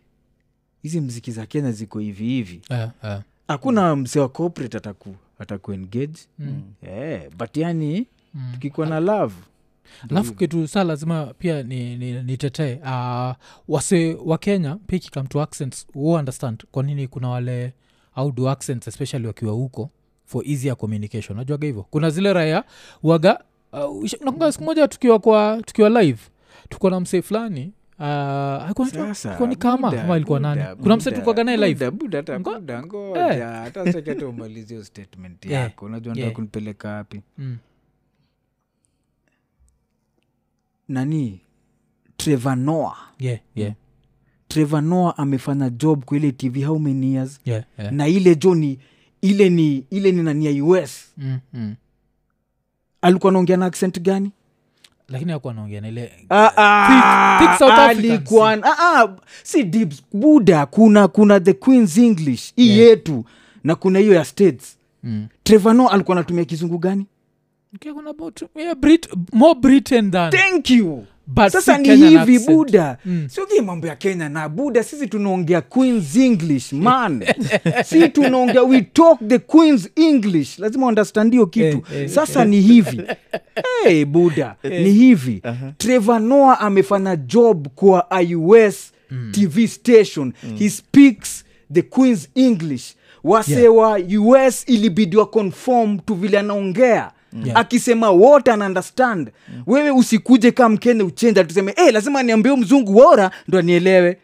Speaker 2: hizi mziki za kenya ziko hivi hivi
Speaker 1: Yeah, yeah.
Speaker 2: hakuna msee wa corporate ataku ataku engage
Speaker 1: Mm.
Speaker 2: yeah, but yani
Speaker 1: Mm.
Speaker 2: tukikuwa na love Mm.
Speaker 1: alafu kitu saa lazima pia nitetee ni, nitetee. Ah, wase wa kenya pia kikam to accents hu understand kwa nini kuna wale audo accents especially wakiwa huko for easier communication najuaga hivyo kuna zile raya waga uh, nakunga siku moja tukiwa kwa tukiwa live tuko na msee fulani uh, alikuwa anaitwa-
Speaker 2: Sasa,
Speaker 1: alikuwa ni kama
Speaker 2: Buddha,
Speaker 1: ama alikuwa
Speaker 2: Buddha,
Speaker 1: nani kuna msee
Speaker 2: Buddha,
Speaker 1: tulikuwaga naye live
Speaker 2: Buddha, Buddha, hata
Speaker 1: Ngo- Eh.
Speaker 2: Buddha, ngoja, hata sitaki hata umalizie hiyo
Speaker 1: (laughs)
Speaker 2: statement
Speaker 1: Yeah.
Speaker 2: yako unajua nataka
Speaker 1: Yeah.
Speaker 2: kunipeleka wapi
Speaker 1: Mm.
Speaker 2: nani Trevor Noah.
Speaker 1: yeah, yeah,
Speaker 2: Trevor Noah amefanya job kwa ile tv how many years
Speaker 1: yeah, yeah.
Speaker 2: na ile jo ni ile ni ile ni nani ya us
Speaker 1: Mm, mm.
Speaker 2: alikuwa anaongea na accent gani
Speaker 1: lakini akuwa anaongea na ile
Speaker 2: Ah, ah,
Speaker 1: Thick- thick South Africans.
Speaker 2: alikuwa ah, ah, si deep buda kuna kuna the queens english hii
Speaker 1: Yeah.
Speaker 2: yetu na kuna hiyo ya states
Speaker 1: mm.
Speaker 2: trevano alikuwa anatumia kizungu gani
Speaker 1: Okay, kuna about, yeah, Brit, more britain than
Speaker 2: thank you
Speaker 1: But
Speaker 2: sasa
Speaker 1: si
Speaker 2: ni
Speaker 1: Kenyan
Speaker 2: hivi
Speaker 1: accent.
Speaker 2: buda
Speaker 1: Mm.
Speaker 2: siogi mambo ya kenya na buda sisi tunaongea queens
Speaker 1: (laughs)
Speaker 2: english man si tunaongea we talk the queens english lazima understand hiyo kitu
Speaker 1: Eh, eh,
Speaker 2: sasa ni hivi hey, buda ni hivi trevor noah amefanya job kwa ius tv station he speaks the queens english wasewa yeah. us ilibidiwa conform tu vile anaongea
Speaker 1: Yeah.
Speaker 2: Mm. yeah. akisema wote ana understand mm. wewe usikuje kaa mkenya uchenja tuseme hey, lazima niambie huyu mzungu wora ndo anielewe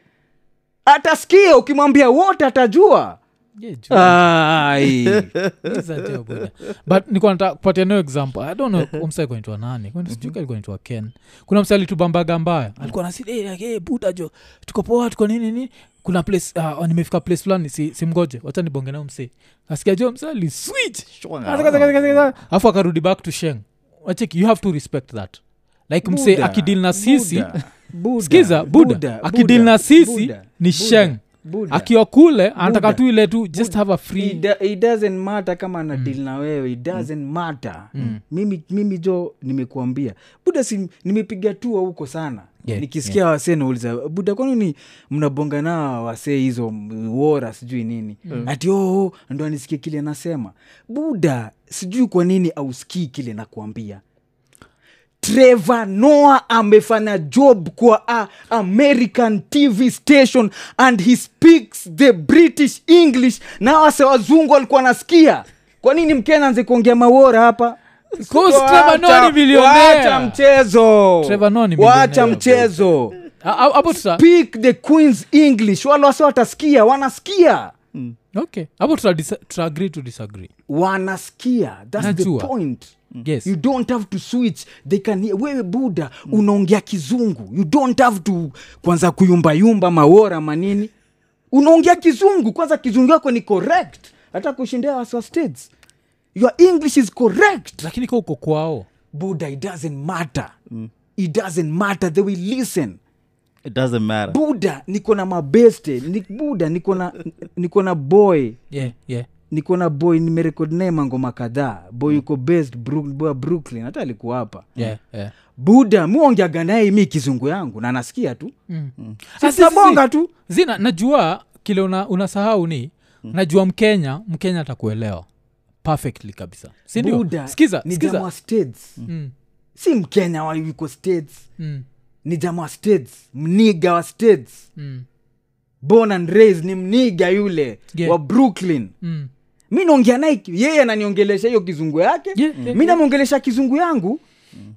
Speaker 2: atasikia ukimwambia wote atajua
Speaker 1: Yeah, juu.
Speaker 2: Ai.
Speaker 1: These are job, bwana. oh, but nikuwa nataka kupatia nayo example i don't know
Speaker 2: (laughs)
Speaker 1: umsa kunaitwa nani Kwani
Speaker 2: Mhm.
Speaker 1: sijuka alikuwa naitwa ken kuna msa alitubambaga mbaya
Speaker 2: Mm.
Speaker 1: alikuwa nasiri hey, like, hey, buda jo tuko poa tuko nini nini kuna place uh, nimefika place fulani si, simgoje wacha nibonge nao msee asikia jo msa aliswitch afu akarudi back to sheng wacheki you have to respect that like msee
Speaker 2: Buddha,
Speaker 1: akidil na sisi
Speaker 2: Buddha, Buddha,
Speaker 1: skiza buda
Speaker 2: Buddha,
Speaker 1: akidil
Speaker 2: Buddha,
Speaker 1: na sisi
Speaker 2: Buddha,
Speaker 1: ni sheng
Speaker 2: Buddha.
Speaker 1: akiwa kule anataka
Speaker 2: Buddha.
Speaker 1: tu ile tu just have a free Mm.
Speaker 2: It do- it doesn't matter kama ana deal na wewe it doesn't matter mimi, mimi jo nimekuambia buda si nimepiga tua huko sana
Speaker 1: Yeah,
Speaker 2: nikisikia wasee nauliza buda kwanini mnabonga na wasee hizo m- wora sijui nini
Speaker 1: Mm.
Speaker 2: ati oo ndo anisikie kile anasema buda sijui kwa nini ausikii kile nakuambia trevor noah amefanya job kwa a american tv station and he speaks the british english na wase wazungu walikuwa nasikia kwa nini mkenya anze kuongea mawora hapa
Speaker 1: Because Trevor Noah ni
Speaker 2: Wacha-
Speaker 1: millionaire.
Speaker 2: wacha mchezo
Speaker 1: Trevor Noah ni
Speaker 2: wacha
Speaker 1: millionaire,
Speaker 2: mchezo
Speaker 1: Ah, ah, hapo tuta
Speaker 2: pick the queens english wala wase watasikia wanasikia
Speaker 1: okay hapo tuta dis- tuta agree to disagree
Speaker 2: wanasikia thats
Speaker 1: Najua.
Speaker 2: the point
Speaker 1: yes
Speaker 2: Mm. you don't have to switch they can hear. wewe buda unaongea kizungu you don't have to kwanza kuyumbayumba mawora manini unaongea kizungu kwanza kizungu yako ni correct hata kushindia waswa states your english is correct
Speaker 1: lakini ka uko kwao
Speaker 2: buda it doesn't matter
Speaker 1: Mm.
Speaker 2: it doesn't matter they will listen
Speaker 3: It doesn't matter.
Speaker 2: buda niko na mabeste ni, buda niko na niko na boy
Speaker 1: yeah, yeah.
Speaker 2: niko na boy nimerekod naye mangoma kadhaa boy yuko based Brook- boy wa brooklyn hata alikuwa hapa
Speaker 1: Mm. Yeah, yeah.
Speaker 2: buda muongeaga naye mi kizungu yangu na nasikia tu
Speaker 1: Mm. Ah, si, si,
Speaker 2: sinabonga
Speaker 1: si.
Speaker 2: tu
Speaker 1: zina najua kile una, unasahau ni
Speaker 2: Mm.
Speaker 1: najua mkenya mkenya atakuelewa perfectly kabisa sindio
Speaker 2: buda
Speaker 1: skiza
Speaker 2: ni jamaa
Speaker 1: skiza
Speaker 2: wa states
Speaker 1: Mm,
Speaker 2: si mkenya wa yuko states
Speaker 1: mm.
Speaker 2: ni jama states mniga wa states
Speaker 1: mm.
Speaker 2: born and raised ni mniga yule
Speaker 1: Yeah.
Speaker 2: wa brooklyn
Speaker 1: Mm.
Speaker 2: mi naongea naye ki- yeye ananiongelesha hiyo kizungu yake Mm.
Speaker 1: Yeah, yeah,
Speaker 2: mi namwongelesha kizungu yangu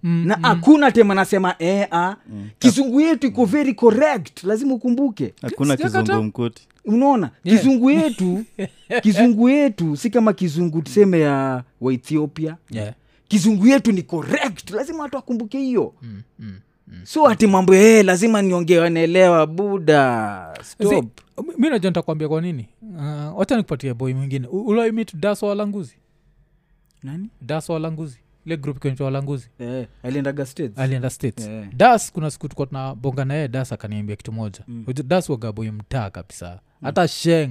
Speaker 1: Mm,
Speaker 2: na hakuna tema nasema eh, ah. kizungu yetu iko very correct lazima ukumbuke
Speaker 3: hakuna
Speaker 1: Sijakataa.
Speaker 3: kizungu mkuti
Speaker 2: unaona
Speaker 1: Yeah. (laughs)
Speaker 2: kizungu yetu kizungu yetu si kama kizungu tuseme ya waethiopia
Speaker 1: Yeah.
Speaker 2: kizungu yetu ni correct lazima watu wakumbuke hiyo
Speaker 1: Mm, mm.
Speaker 2: so ati mambo ee lazima niongee wanaelewa buda
Speaker 1: See,
Speaker 2: stop
Speaker 1: m- mi najua nitakwambia kwa nini uh, wacha nikupatia boy mwingine U- ulaimit daso walanguzi
Speaker 2: nani
Speaker 1: daso walanguzi ile group kenye walanguzi
Speaker 2: eh, aliendaga states
Speaker 1: alienda states
Speaker 2: Yeah.
Speaker 1: das kuna siku tuka tunabonga naye das akaniambia kitu moja mm. das wagaboi mtaa
Speaker 2: Mm.
Speaker 1: kabisa hata sheng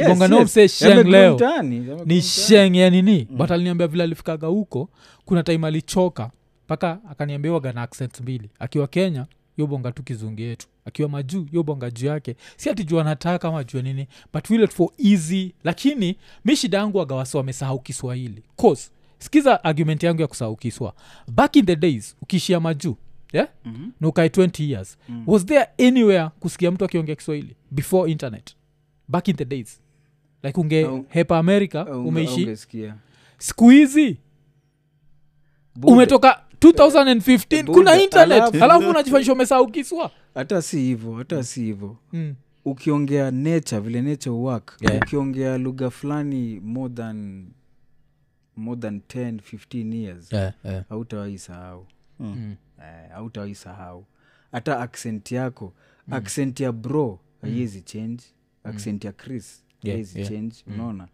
Speaker 1: Tugonga nao msee
Speaker 2: Yaani
Speaker 1: Sheng
Speaker 2: Yamekuwa
Speaker 1: leo.
Speaker 2: mtaani, yamekuwa
Speaker 1: ni
Speaker 2: mtaani.
Speaker 1: sheng ya nini mm. but aliniambia vile alifikaga huko kuna time alichoka mpaka akaniambia waga na accent mbili akiwa kenya yobonga tu kizungu yetu akiwa majuu yobonga juu yake si ati juu anataka ama juu ya nini but will it for easy lakini mi shida yangu wagawasi wamesahau kiswahili cause sikiza argument yangu ya kusahau kiswa back in the days ukiishia majuu yeah? mm-hmm. na ukae 20 years mm. was there anywhere kusikia mtu akiongea kiswahili before internet back in the days like unge
Speaker 2: Au-
Speaker 1: hepa america
Speaker 2: Au-
Speaker 1: umeishi
Speaker 2: haungesikia.
Speaker 1: siku hizi
Speaker 2: Buda.
Speaker 1: umetoka 2015
Speaker 2: Buda.
Speaker 1: kuna internet
Speaker 2: Alafu-
Speaker 1: alafu unajifanyisha umesahau kiswa
Speaker 2: hata si hivyo hata si hivyo
Speaker 1: mm.
Speaker 2: ukiongea nature vile nature work
Speaker 1: Yeah.
Speaker 2: ukiongea lugha fulani more than more than 10 15 years
Speaker 1: yeah, yeah.
Speaker 2: hautawahi sahau
Speaker 1: Mm.
Speaker 2: Eh, hautawahi sahau hata accent yako accent ya bro haiwezi change accent ya chris
Speaker 1: Mm. Yeah,
Speaker 2: haiwezi
Speaker 1: yeah.
Speaker 2: change unaona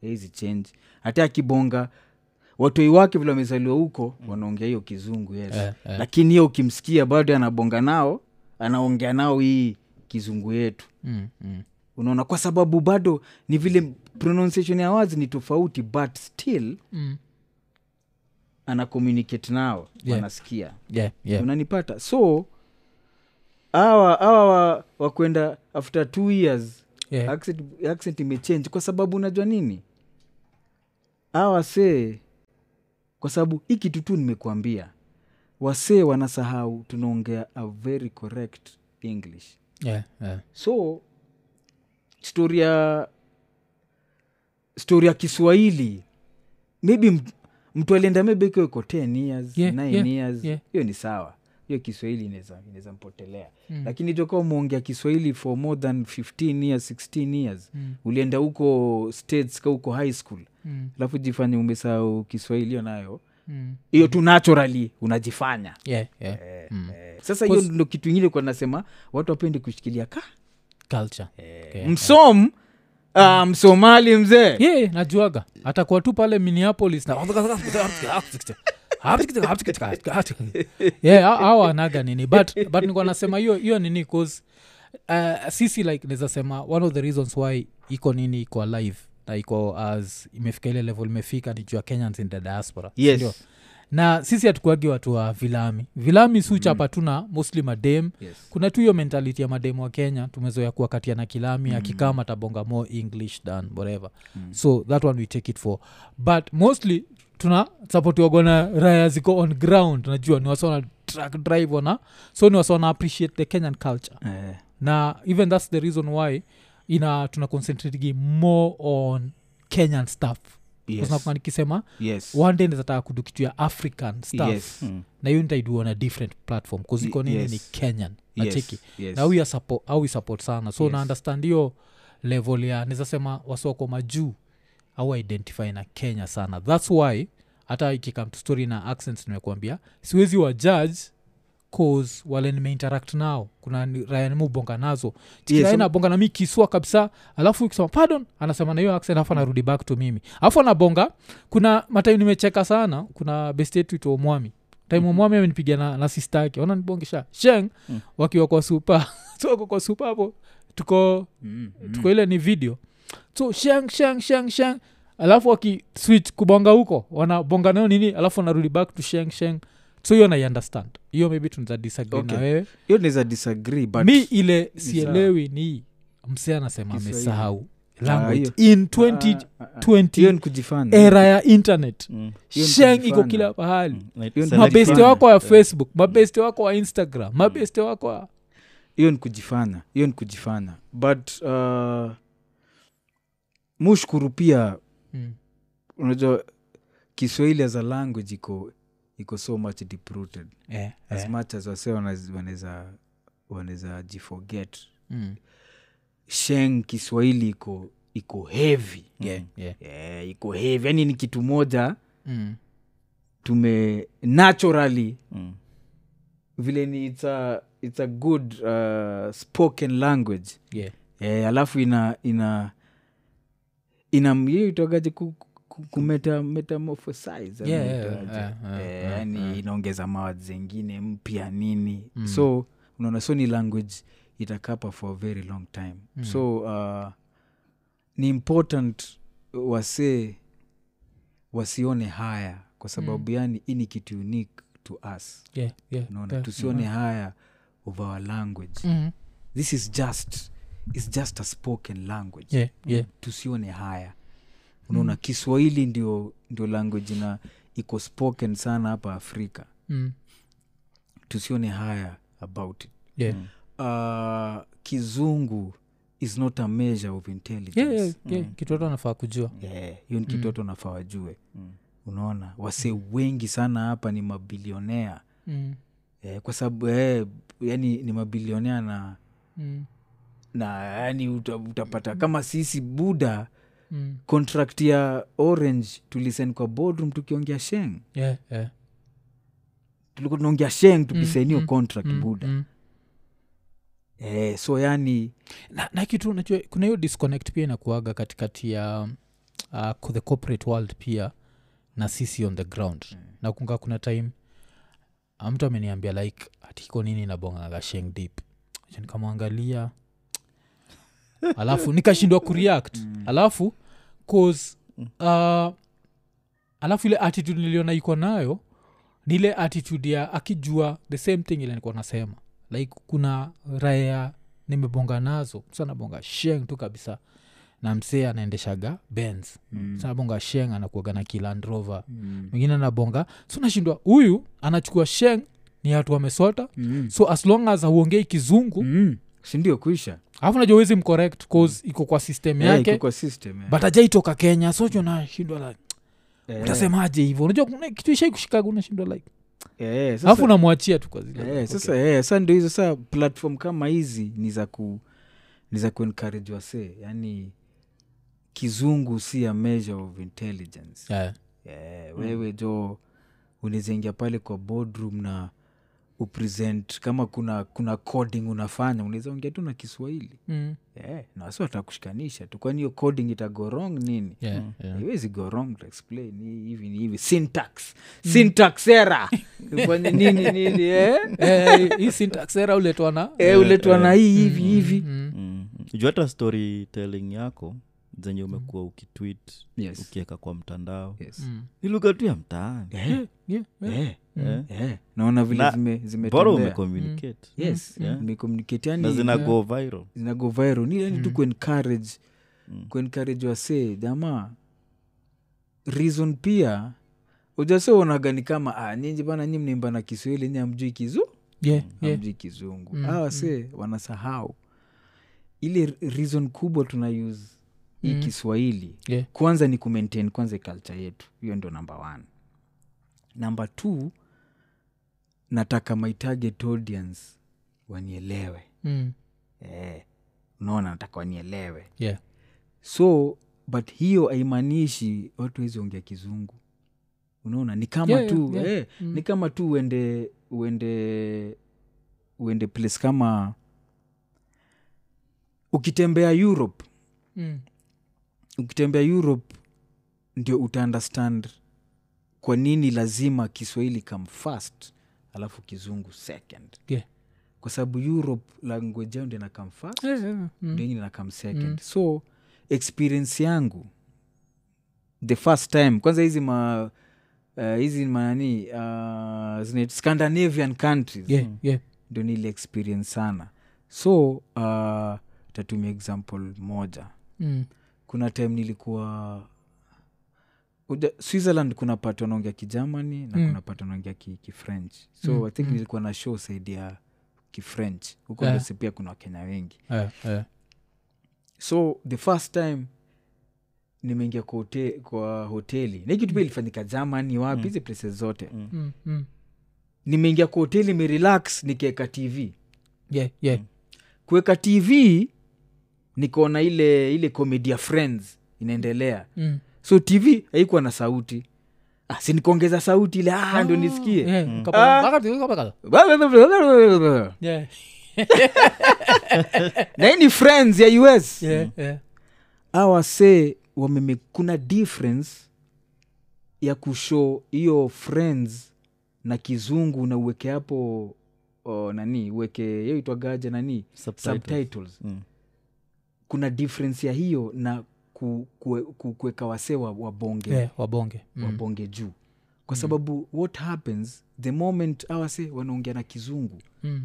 Speaker 2: haiwezi change hata akibonga watoi wake vile wamezaliwa huko wanaongea hiyo kizungu yes
Speaker 1: Mm. Eh, eh.
Speaker 2: lakini hiyo ukimsikia bado anabonga nao anaongea nao hii kizungu yetu
Speaker 1: Mm. Mm.
Speaker 2: unaona kwa sababu bado ni vile pronunciation ya wazi ni tofauti but still
Speaker 1: Mm.
Speaker 2: ana communicate nao
Speaker 1: Yeah.
Speaker 2: wanasikia
Speaker 1: Yeah, yeah.
Speaker 2: unanipata so awa awa wa, wa kwenda after two years
Speaker 1: Yeah.
Speaker 2: accent, accent imechange kwa sababu unajua nini awa see kwa sababu hii kitu tu nimekuambia wasee wanasahau tunaongea a very correct english
Speaker 1: Yeah, yeah.
Speaker 2: so stori ya stori ya kiswahili maybe m- mtu alienda maybe iko iko 10 years
Speaker 1: Yeah,
Speaker 2: 9
Speaker 1: yeah,
Speaker 2: years
Speaker 1: yeah.
Speaker 2: hiyo ni sawa hiyo kiswahili inaweza inaweza mpotelea mm. lakini toka umeongea kiswahili for more than 15 years 16 years mm. ulienda huko states ka huko high school
Speaker 1: Mm.
Speaker 2: alafu jifanye umesahau kiswahili hiyo nayo
Speaker 1: Mm.
Speaker 2: hiyo tu naturally unajifanya
Speaker 1: Yeah, yeah. Mm.
Speaker 2: eh, sasa hiyo ndo kitu ingine kwa nasema watu wapendi kushikilia ka
Speaker 1: culture Okay.
Speaker 2: msom uh, msomali mzee
Speaker 1: Mm. yeah, yeah, najuaga atakuwa tu pale minneapolis na (laughs) yeah, hao- hao wanaga nini but, but nikuwa nasema hiyo hiyo nini cause uh, sisi like naweza sema one of the reasons why iko nini iko alive na iko as imefika ile level imefika ni juu ya kenyans in the diaspora
Speaker 2: Yes.
Speaker 1: sindio? na sisi hatukuagi watu wa vilami vilami suchapa mm. tuna mostly madem
Speaker 2: Yes.
Speaker 1: kuna tu hiyo mentality ya mademu wa kenya tumezoea kuwa katia na kilami mm. akikama tabonga more english than whatever mm. so that one we take it for but mostly tuna sapotiwagwa na raya ziko on ground najua ni wasona track drive wana so ni wasona appreciate the kenyan culture
Speaker 2: Eh,
Speaker 1: na even that's the reason why ina tuna concentrating more on kenyan stuff
Speaker 2: yes,
Speaker 1: yes. nikisema
Speaker 2: yes,
Speaker 1: one day nizataka kudu kitu ya african stuff Mm.
Speaker 2: yes,
Speaker 1: na hiyo nitaidu on a different platform kuziko nini
Speaker 2: Yes.
Speaker 1: ni kenyan
Speaker 2: yes,
Speaker 1: nacheki
Speaker 2: yes.
Speaker 1: na huyu support, au support sana so
Speaker 2: Yes.
Speaker 1: yes. na understand hiyo level ya nizasema wasiwako majuu au identify na kenya sana thats why hata ikikam to story na accents nimekuambia siwezi wa judge cause wale nimeinteract nao kuna ni- raya nimeubonga nazo
Speaker 2: Yes,
Speaker 1: yes,
Speaker 2: um-
Speaker 1: nabonga na mi kiswa kabisa alafu ikisema pardon anasema na hiyo accent alafu anarudi back to mimi alafu anabonga kuna mataimu nimecheka sana kuna bestetu itwa mwami time omwami amenipiga na, na sista yake wananibongesha sheng mm. wakiwa kwa supa (laughs) so wako kwa supa hapo tuko
Speaker 2: Mm, mm.
Speaker 1: tuko ile ni video so shang shang shang shang alafu waki switch kubonga huko wanabonga nayo nini alafu wanarudi back to shang shang so hiyo naiundestand hiyo maybe tunaweza disagree
Speaker 2: Okay.
Speaker 1: na wewe
Speaker 2: Hiyo naweza disagree but Ah,
Speaker 1: mi ile
Speaker 2: sawa.
Speaker 1: sielewi ni hii. msee anasema
Speaker 2: Kiswahili.
Speaker 1: amesahau language
Speaker 2: hiyo-
Speaker 1: in
Speaker 2: Ah, ah, ah.
Speaker 1: 2020
Speaker 2: hiyo ni kujifanya
Speaker 1: era ya internet
Speaker 3: Mm.
Speaker 2: Hiyo ni
Speaker 1: sheng iko
Speaker 2: kujifanya.
Speaker 1: kila pahali
Speaker 3: Na-
Speaker 2: Hiyo ni Mm.
Speaker 3: sana
Speaker 1: mabeste
Speaker 3: sana.
Speaker 1: wako wa facebook mabeste wako wa instagram mabeste wako wa
Speaker 2: hiyo ni kujifanya hiyo ni kujifanya but uh, mushkuru pia
Speaker 1: mm.
Speaker 2: unajua kiswahili as a language iko iko so much deep rooted
Speaker 1: eh,
Speaker 2: as
Speaker 1: eh.
Speaker 2: much as wase wanaz- wanaweza wanaweza jiforget
Speaker 1: Mm.
Speaker 2: sheng kiswahili iko iko heavy yeah.
Speaker 1: yeah.
Speaker 2: Yeah, iko heavy yani ni kitu moja
Speaker 1: Mm.
Speaker 2: tume naturally
Speaker 3: Mm.
Speaker 2: vile ni it's a, it's a good uh, spoken language
Speaker 1: yeah.
Speaker 2: yeah, Eh, alafu ina ina ina hiyo itogaje kumetamorphosize
Speaker 1: Yeah, yeah, yeah, yeah, yeah, yeah.
Speaker 2: Eh, yani inaongeza mawad zengine mpya nini
Speaker 1: Mm.
Speaker 2: so unaona so ni language itakapa for a very long time
Speaker 1: Mm.
Speaker 2: so uh, ni important wasee wasione haya kwa sababu
Speaker 1: Mm.
Speaker 2: yani hii ni kitu unique to us
Speaker 1: yeah. yeah.
Speaker 2: unaona
Speaker 1: yeah.
Speaker 2: tusione haya of our language
Speaker 1: mm.
Speaker 2: this is just is just a spoken language
Speaker 1: yeah. yeah. Mm.
Speaker 2: tusione haya unaona kiswahili ndio ndio language na iko spoken sana hapa afrika
Speaker 1: mm.
Speaker 2: tusione haya about it
Speaker 1: yeah.
Speaker 2: uh, kizungu is not a measure of intelligence Mm.
Speaker 1: yeah, yeah, Mm. yeah. kitu watu wanafaa kujua
Speaker 2: Yeah, hiyo ni kitu watu wanafaa wajue unaona wasee wengi sana hapa ni mabilionea
Speaker 1: mm.
Speaker 2: eh, kwa sababu eh, yani ni mabilionea na
Speaker 1: Mm.
Speaker 2: na yani uta, utapata kama sisi buda
Speaker 1: Mm.
Speaker 2: contract ya orange tulisen kwa boardroom tukiongea sheng
Speaker 1: Yeah, yeah.
Speaker 2: tulikuwa tunaongea sheng tukisain hiyo contract
Speaker 1: Mm,
Speaker 2: buda
Speaker 1: mm.
Speaker 2: eh, so yani
Speaker 1: na, na kitu najua kuna hiyo disconnect pia inakuaga katikati ya uh, co- the corporate world pia na sisi on the ground mm. nakunga kuna time ah, mtu ameniambia like atiko nini nabongaga sheng deep Acha (laughs) nikamwangalia alafu nikashindwa kureact mm. alafu cause uh, alafu ile attitude niliona iko nayo ni ile attitude ya akijua the same thing ile nikuwa nasema like kuna raya nimebonga nazo sanabonga sheng tu kabisa na msee anaendeshaga bens mm. sanabonga sheng anakuaga na kilandrova
Speaker 2: Mm.
Speaker 1: mwingine anabonga so nashindwa huyu anachukua sheng ni watu wamesota
Speaker 2: mm.
Speaker 1: so as long as auongei kizungu
Speaker 2: mm. sindio kuisha
Speaker 1: alafu najua uwezi mcorrect cause iko kwa system
Speaker 2: Eh,
Speaker 1: yake
Speaker 2: iko kwa system eh.
Speaker 1: but ajaitoka kenya so jo nashindwa like,
Speaker 2: Eh,
Speaker 1: utasemaje hivyo unajua kuna kitu ishai kushikaga unashindwa like
Speaker 2: eh, sasa-
Speaker 1: alafu unamwachia tu kwa zile
Speaker 2: eh, sasa eh, sa ndio hizo saa platform kama hizi ni za ku ni za kuencourage wasee yani kizungu si a measure of intelligence
Speaker 1: yeah.
Speaker 2: yeah, wewe jo unawezaingia pale kwa boardroom na upresent kama kuna kuna coding unafanya unaweza ongea tu na kiswahili
Speaker 1: mm.
Speaker 2: yeah. na wasi watakushikanisha tu kwani hiyo coding itagorong nini
Speaker 1: yeah. yeah.
Speaker 2: iwezi gorong explain hii hivi ni hivi syntax syntax era Kwani nini nini eh?
Speaker 1: Eh, hii syntax error huletwa na
Speaker 2: eh, uletwa na hii hivi hivi
Speaker 1: Mm.
Speaker 3: Mm. juu hata storytelling yako zenye umekuwa ukitwit
Speaker 2: Mm. Yes.
Speaker 3: ukiweka kwa mtandao
Speaker 2: Yes.
Speaker 1: Mm.
Speaker 3: ni lugha tu ya mtaani
Speaker 2: Eh,
Speaker 1: Yeah, yeah.
Speaker 2: eh,
Speaker 3: Eh?
Speaker 2: eh. naona vile
Speaker 3: Na-
Speaker 2: zime zimetembea
Speaker 3: bora umecommunicate
Speaker 2: Mm. yes
Speaker 3: Mm. Yeah.
Speaker 2: nimecommunicate yani
Speaker 3: na zina go viral
Speaker 2: zinago viral ni yani tu kuencourage
Speaker 3: Mm.
Speaker 2: kuencourage wasee jamaa reason pia ujase uonaga ni kama ah, nyinyi bana nyi mnaimba na kiswahili nyi amjui kizu
Speaker 1: Yeah, yeah.
Speaker 2: amjui kizungu
Speaker 1: Mm,
Speaker 2: mm, wasee wanasahau ile r- reason kubwa tuna use hii
Speaker 1: Mm.
Speaker 2: kiswahili
Speaker 1: Yeah.
Speaker 2: kwanza ni kumaintain kwanza culture yetu hiyo ndio namba one namba two nataka my target audience wanielewe
Speaker 1: Mm.
Speaker 2: eh, unaona nataka wanielewe
Speaker 1: Yeah.
Speaker 2: so but hiyo haimaanishi watu wezi ongea kizungu unaona ni kama
Speaker 1: Yeah,
Speaker 2: tu
Speaker 1: yeah, Mm.
Speaker 2: Eh, ni kama tu uende uende uende place kama ukitembea europe
Speaker 1: Mm.
Speaker 2: ukitembea europe ndio utaundestand kwa nini lazima kiswahili come first alafu kizungu second
Speaker 1: Yeah.
Speaker 2: kwa sababu europe language yao ndio ina come first
Speaker 1: Yeah, yeah. Mm.
Speaker 2: ndingine na kam second so experience yangu the first time kwanza hizi ma uh, hizi manani uh, zinaitwa scandinavian countries
Speaker 1: Mm. Yeah, yeah.
Speaker 2: ndio nili experience sana so uh, tatumia example ah, moja
Speaker 1: Mm.
Speaker 2: kuna time nilikuwa Uja, switzerland kuna pat wanaongea kigermany na
Speaker 1: Mm.
Speaker 2: mm. kuna pat wanaongea ki- kifrench so
Speaker 1: Mm,
Speaker 2: mm. i think
Speaker 1: mm.
Speaker 2: nilikuwa na show saidi ya kifrench huko
Speaker 1: Yeah.
Speaker 2: yeah. pia kuna wakenya wengi
Speaker 1: Eh, eh.
Speaker 2: so the first time nimeingia kwa, hote, kwa hoteli na hii kitu pia ilifanyika germany wapi
Speaker 3: Mm.
Speaker 2: hizi places zote
Speaker 3: Mm.
Speaker 1: Mm, mm.
Speaker 2: nimeingia kwa hoteli mirelax nikiweka tv
Speaker 1: Yeah, yeah.
Speaker 2: kuweka tv nikaona ile ile comedy ya friends inaendelea
Speaker 1: Mm.
Speaker 2: so tv haikuwa na sauti ah, si nikaongeza sauti ile ah, ndo nisikie
Speaker 1: Yeah,
Speaker 3: Mm.
Speaker 1: kapaka-
Speaker 2: Ah.
Speaker 1: wakati- kapaka- Yeah,
Speaker 2: na hii ni friends ya us
Speaker 1: yeah, yeah.
Speaker 2: awase wameme kuna difference ya kushow hiyo friends na kizungu na uweke hapo oh, nani uweke hiyo itwagaja nani
Speaker 3: Subtitles.
Speaker 2: subtitles
Speaker 3: Mm.
Speaker 2: kuna difference ya hiyo na ku, ku, ku, kuweka wasee wa, wabonge
Speaker 1: Yeah, wabonge Mm.
Speaker 2: wabonge juu kwa sababu what happens the moment awase wanaongea na kizungu
Speaker 1: Mm.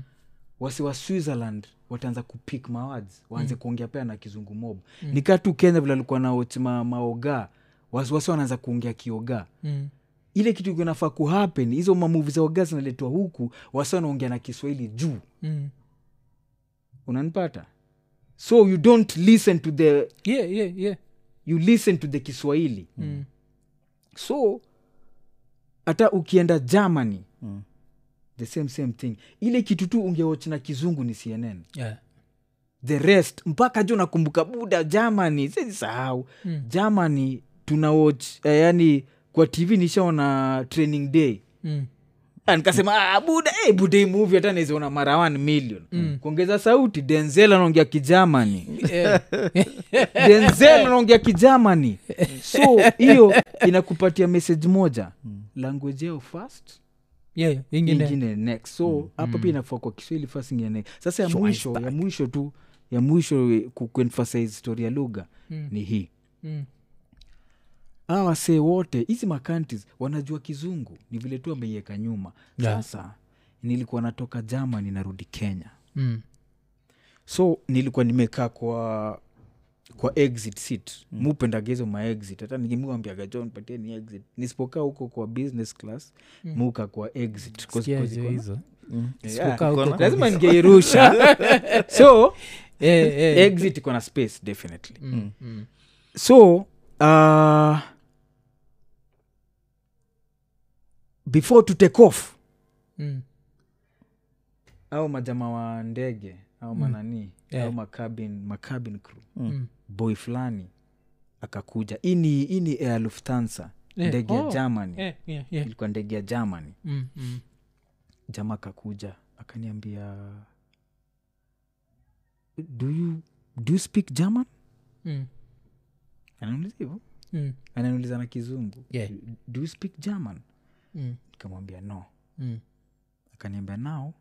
Speaker 2: wasi wa switzerland wataanza kupik mawads waanze kuongea pia na kizungu mob nikaa tu kenya vile alikuwa naotima maoga wasiwasi wanaanza kuongea kioga
Speaker 1: Mm.
Speaker 2: ile kitu kinafaa kuhapen hizo mamuvi za oga zinaletwa huku wasi wanaongea na kiswahili juu
Speaker 1: Mm.
Speaker 2: unanipata so you don't listen to the
Speaker 1: Yeah, yeah, yeah.
Speaker 2: you listen to the kiswahili
Speaker 1: Mm.
Speaker 2: so hata ukienda germany
Speaker 3: Mm.
Speaker 2: the same same thing ile kitu tu ungewoch na kizungu ni cnn
Speaker 1: Yeah.
Speaker 2: the rest mpaka ju nakumbuka buda germany sisahau
Speaker 1: Mm.
Speaker 2: germany tuna watch eh, yani kwa tv nishaona training day
Speaker 1: Mm. (laughs)
Speaker 2: Ah, nikasema "Ah, buda eh, buda hii movie hata naiziona mara 1 million kuongeza sauti denzel anaongea kijamani
Speaker 1: Yeah.
Speaker 2: (laughs) denzel anaongea kijamani so hiyo inakupatia message moja language yao first
Speaker 1: Yeah, ingine.
Speaker 2: ingine next so
Speaker 1: Mm.
Speaker 2: hapa pia inafaa kwa kiswahili first ingine next. sasa ya mwisho ya mwisho tu ya mwisho ku- kuemphasize story ya lugha
Speaker 1: Mm.
Speaker 2: ni hii
Speaker 1: Mm.
Speaker 2: hawa wasee wote hizi makantis wanajua kizungu ni vile tu ameiweka nyuma sasa nilikuwa natoka germany narudi kenya
Speaker 1: Mm.
Speaker 2: so nilikuwa nimekaa kwa kwa exit seat mm. mupendagezo maexit hata nikimuambiaga john patie ni exit nisipokaa huko kwa business class mm. muka kwa exit 'Cause-
Speaker 1: Sikia
Speaker 2: 'cause iko
Speaker 1: hizo
Speaker 2: na-
Speaker 1: hizo.
Speaker 2: Yeah.
Speaker 1: Kukaa huko kwa-
Speaker 2: lazima (laughs) ningeirusha so
Speaker 1: Eh, eh.
Speaker 2: exit iko na space definitely
Speaker 1: Mm, mm.
Speaker 2: so uh, before to take off
Speaker 1: Mm.
Speaker 2: au majama wa ndege au manani
Speaker 1: Yeah.
Speaker 2: au macabin, macabin crew
Speaker 1: Mm.
Speaker 2: boy fulani akakuja hii ni hii ni air lufthansa
Speaker 1: Eh,
Speaker 2: ndege ya
Speaker 1: oh.
Speaker 2: germany
Speaker 1: Eh, yeah, yeah.
Speaker 2: ilikuwa ndege ya germany
Speaker 1: Mm, mm.
Speaker 2: jama akakuja akaniambia do you, do you speak german
Speaker 1: Mm,
Speaker 2: anauliza hivo
Speaker 1: mm.
Speaker 2: ananiuliza na kizungu
Speaker 1: Yeah.
Speaker 2: "Do- do you speak german
Speaker 1: Mm,
Speaker 2: nikamwambia no
Speaker 1: mm.
Speaker 2: akaniambia now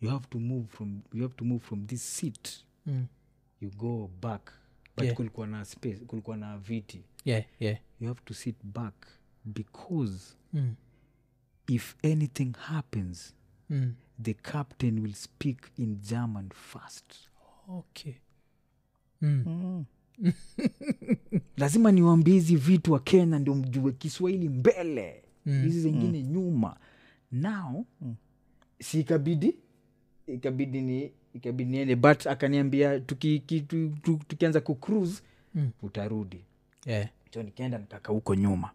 Speaker 2: you have to move from, you have to move from this seat
Speaker 1: Mm.
Speaker 2: you go back but
Speaker 1: Yeah.
Speaker 2: kulikuwa na space kulikuwa na viti
Speaker 1: Yeah, yeah.
Speaker 2: you have to sit back because
Speaker 1: Mm,
Speaker 2: if anything happens
Speaker 1: mm.
Speaker 2: the captain will speak in german first
Speaker 1: Okay. Mm.
Speaker 2: lazima niwaambie hizi vitu wa kenya ndio mjue kiswahili mbele
Speaker 1: Mm.
Speaker 2: hizi zingine nyuma now si ikabidi ikabidi ni ikabidi niende but akaniambia tuki- ki- tu- tu- tukianza kucruise
Speaker 1: Mm.
Speaker 2: utarudi
Speaker 1: Yeah.
Speaker 2: so nikaenda nikaka huko nyuma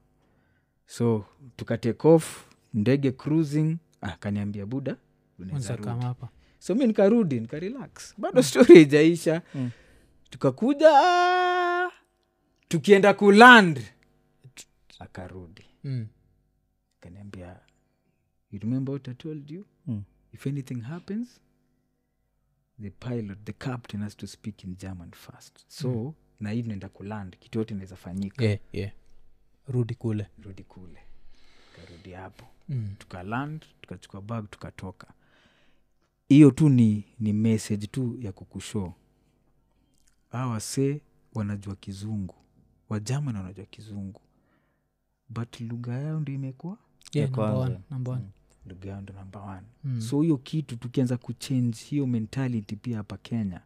Speaker 2: so tuka take off ndege cruising Ah, akaniambia buda unaweza
Speaker 1: Kwanza
Speaker 2: rudi."
Speaker 1: kama hapa.
Speaker 2: so mi nikarudi nikarelax bado story haijaisha
Speaker 3: Mm.
Speaker 2: tukakuja ah, tukienda kuland akarudi
Speaker 1: Mm.
Speaker 2: akaniambia you remember what i told you
Speaker 3: Mm.
Speaker 2: if anything happens the pilot the captain has to speak in german first so mm. na hii tunaenda kuland kitu yote inaweza fanyika
Speaker 1: Yeah, yeah. rudi kule
Speaker 2: rudi kule karudi hapo
Speaker 1: mm.
Speaker 2: tukaland tukachukua bag tukatoka hiyo tu ni ni message tu ya kukushoo a wasee wanajua kizungu wajaman wanajua kizungu but lugha yao ndo imekuwa
Speaker 1: yeah,
Speaker 3: Ya
Speaker 1: number
Speaker 3: kwanza.
Speaker 1: one, number
Speaker 2: Mm.
Speaker 1: one.
Speaker 2: lugha yao ndo namba one
Speaker 1: Mm.
Speaker 2: so hiyo kitu tukianza kuchange hiyo mentality pia hapa kenya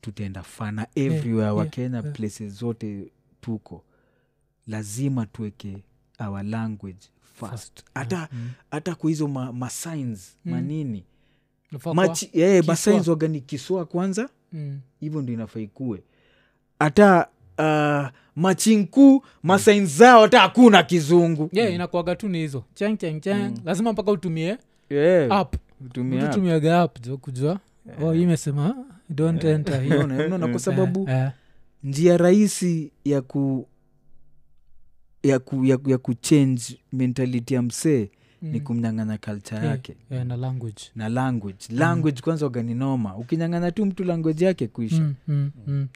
Speaker 2: tutaenda fana everywhere
Speaker 1: yeah,
Speaker 2: wakenya
Speaker 1: yeah.
Speaker 2: places zote tuko lazima tuweke our language first hata
Speaker 1: Mm.
Speaker 2: hata kwa hizo ma, ma signs
Speaker 1: Mm.
Speaker 2: manini
Speaker 1: Nafaa kuwa-
Speaker 2: machi yeah,
Speaker 1: Kiswa.
Speaker 2: masigns wagani kiswa kwanza
Speaker 1: Mm.
Speaker 2: hivyo ndio inafaa ikuwe hata uh, machinku masain zao hata hakuna kizungu
Speaker 1: Hmm. yeah inakuaga tu ni hizo chang chang chang lazima mpaka utumie
Speaker 2: Mm. yeah.
Speaker 1: app
Speaker 2: Tumia app.
Speaker 1: utumiaga app jo kujua oh, hii imesema don't enter here.
Speaker 2: Unaona, unaona, Eh. (laughs) kwa sababu
Speaker 1: Eh, eh.
Speaker 2: njia rahisi ya ku ya ku, ya, ku, ya kuchange mentality ya msee ni
Speaker 1: Mm.
Speaker 2: kumnyang'anya culture
Speaker 1: Yeah,
Speaker 2: yake
Speaker 1: yeah, na language
Speaker 2: na language
Speaker 1: Mm.
Speaker 2: language kwanza uganinoma ukinyang'anya tu mtu language yake kuisha
Speaker 1: Mm, mm, mm.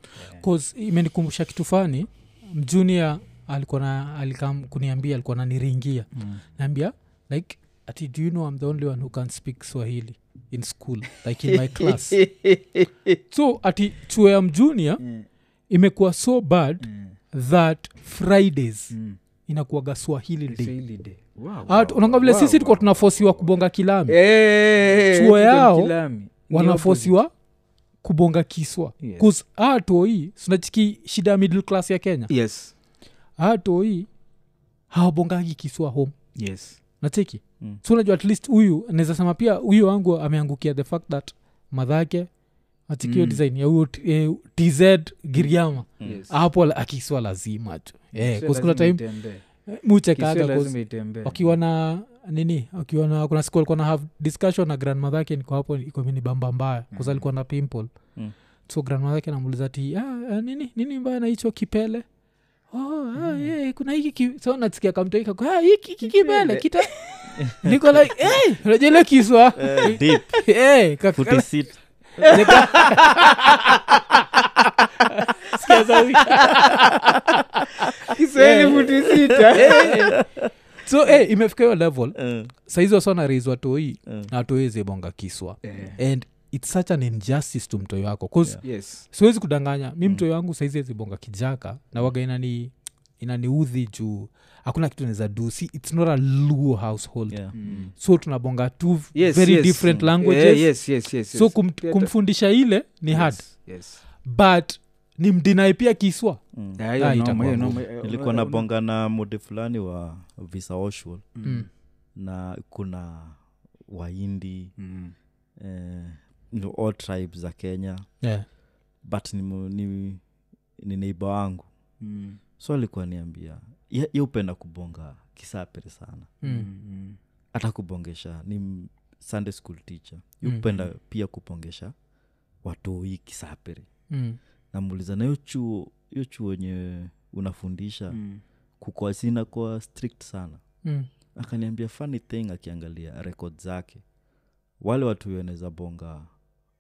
Speaker 1: 'Cause imenikumbusha kitu fani mjunia alikuwa na alikam kuniambia alikuwa naniringia
Speaker 2: Mm.
Speaker 1: naambia like ati do you know i'm the only one who can speak swahili in school like
Speaker 2: (laughs)
Speaker 1: in my class so ati chuo ya mjunia
Speaker 2: Mm.
Speaker 1: imekuwa so bad
Speaker 2: Mm.
Speaker 1: that fridays
Speaker 2: Mm.
Speaker 1: inakuwaga swahili day
Speaker 2: Swahili day. Wow, wow,
Speaker 1: At- Ah, unaona vile
Speaker 2: wow,
Speaker 1: sisi
Speaker 2: wow.
Speaker 1: tukuwa tunafosiwa kubonga kilami
Speaker 2: Eh, eh, eh,
Speaker 1: Chuo
Speaker 2: tuko ni
Speaker 1: yao
Speaker 2: kilami. Ni
Speaker 1: wanafosiwa kubonga kiswa ah,
Speaker 2: Yes.
Speaker 1: yes. atoi sunachiki shida ya middle class ya kenya
Speaker 2: opposite. yes
Speaker 1: atoi hawabongagi kiswa home
Speaker 2: yes
Speaker 1: nacheki
Speaker 2: Hmm.
Speaker 3: Mm.
Speaker 1: so unajua at least huyu naweza sema pia huyu wangu ameangukia the fact that madhake achikio
Speaker 2: Mm.
Speaker 1: design ya huyo t- eh, tz
Speaker 2: Hmm.
Speaker 1: giriama
Speaker 3: Mm.
Speaker 2: Yes.
Speaker 1: hapo la- akiswa lazima tu eh,
Speaker 2: Sio
Speaker 1: 'cause kuna
Speaker 2: lazima
Speaker 1: time
Speaker 2: itembee.
Speaker 1: muchekaga
Speaker 2: Kisio
Speaker 1: 'cause
Speaker 2: lazima itembee.
Speaker 1: wakiwa na nini wakiwa na kuna siku alikuwa na have discussion na grandmother yake niko hapo ikomini bamba mbaya mm.
Speaker 2: Mm.
Speaker 1: alikuwa na pimple
Speaker 3: Mm.
Speaker 1: so grandmother yake namuliza ti ah, ah, nini nini mbaya na hicho kipele Oh, ah,
Speaker 3: Mm.
Speaker 1: eh, kuna hiki ki- so nasikia kamtoika ah, hiki hiki kipele kita (laughs) niko like eh, unajua ile kiswa
Speaker 3: Eh, deep,
Speaker 1: (laughs) Eh, kaka-
Speaker 3: futi sit-
Speaker 1: Nika- (laughs) Sikia sauti.
Speaker 2: Kiswahili futi sita.
Speaker 1: so eh, imefika hiyo level
Speaker 3: eh,
Speaker 1: saizi wasonaraiswa toi
Speaker 3: eh.
Speaker 1: na toi zebonga kiswa
Speaker 2: Eh,
Speaker 1: and its such an injustice to mtoi wako bcause yeah.
Speaker 2: yes
Speaker 1: siwezi kudanganya mi mtoi wangu saizi ezibonga kijaka na waga inani inaniudhi juu hakuna kitu naweza do si its not a luo household
Speaker 3: Yeah. Mm.
Speaker 1: so tunabonga two
Speaker 2: Yes,
Speaker 1: very
Speaker 2: yes.
Speaker 1: different
Speaker 3: Mm.
Speaker 1: languages
Speaker 2: Eh, yes, yes, yes,
Speaker 1: so
Speaker 2: yes.
Speaker 1: kum,
Speaker 2: Pia ta-
Speaker 1: kumfundisha ile ni hard
Speaker 2: Yes, yes.
Speaker 1: Ah, but ni mdinai pia kiswa
Speaker 3: Mm.
Speaker 2: Eh, hiyo
Speaker 1: Ah,
Speaker 2: noma,
Speaker 1: itakuwa
Speaker 2: hiyo
Speaker 1: ngumu.
Speaker 2: noma, eh,
Speaker 3: nilikuwa
Speaker 2: eh,
Speaker 3: nabonga na mode fulani wa visa Oswald,
Speaker 1: Mm.
Speaker 3: na kuna waindi
Speaker 2: Mm.
Speaker 3: eh, you know, all tribes za kenya
Speaker 1: Yeah.
Speaker 3: but ni, mu- ni, ni neiba wangu
Speaker 2: Mm.
Speaker 3: so alikuwa niambia ye ye hupenda kubonga kisapere sana
Speaker 1: Mm.
Speaker 2: Mm.
Speaker 3: hata kubongesha ni m- sunday school teacher
Speaker 1: Mm.
Speaker 3: yupenda
Speaker 2: Mhm.
Speaker 3: mm. pia kubongesha watoi kisapere
Speaker 1: Mm.
Speaker 3: namuuliza na hiyo chuo hiyo chuo wenye unafundisha mm.
Speaker 2: Mm.
Speaker 3: kukoa sinakoa strict sana
Speaker 1: Mm.
Speaker 3: akaniambia funny thing akiangalia rekod zake wale watu wanaweza bonga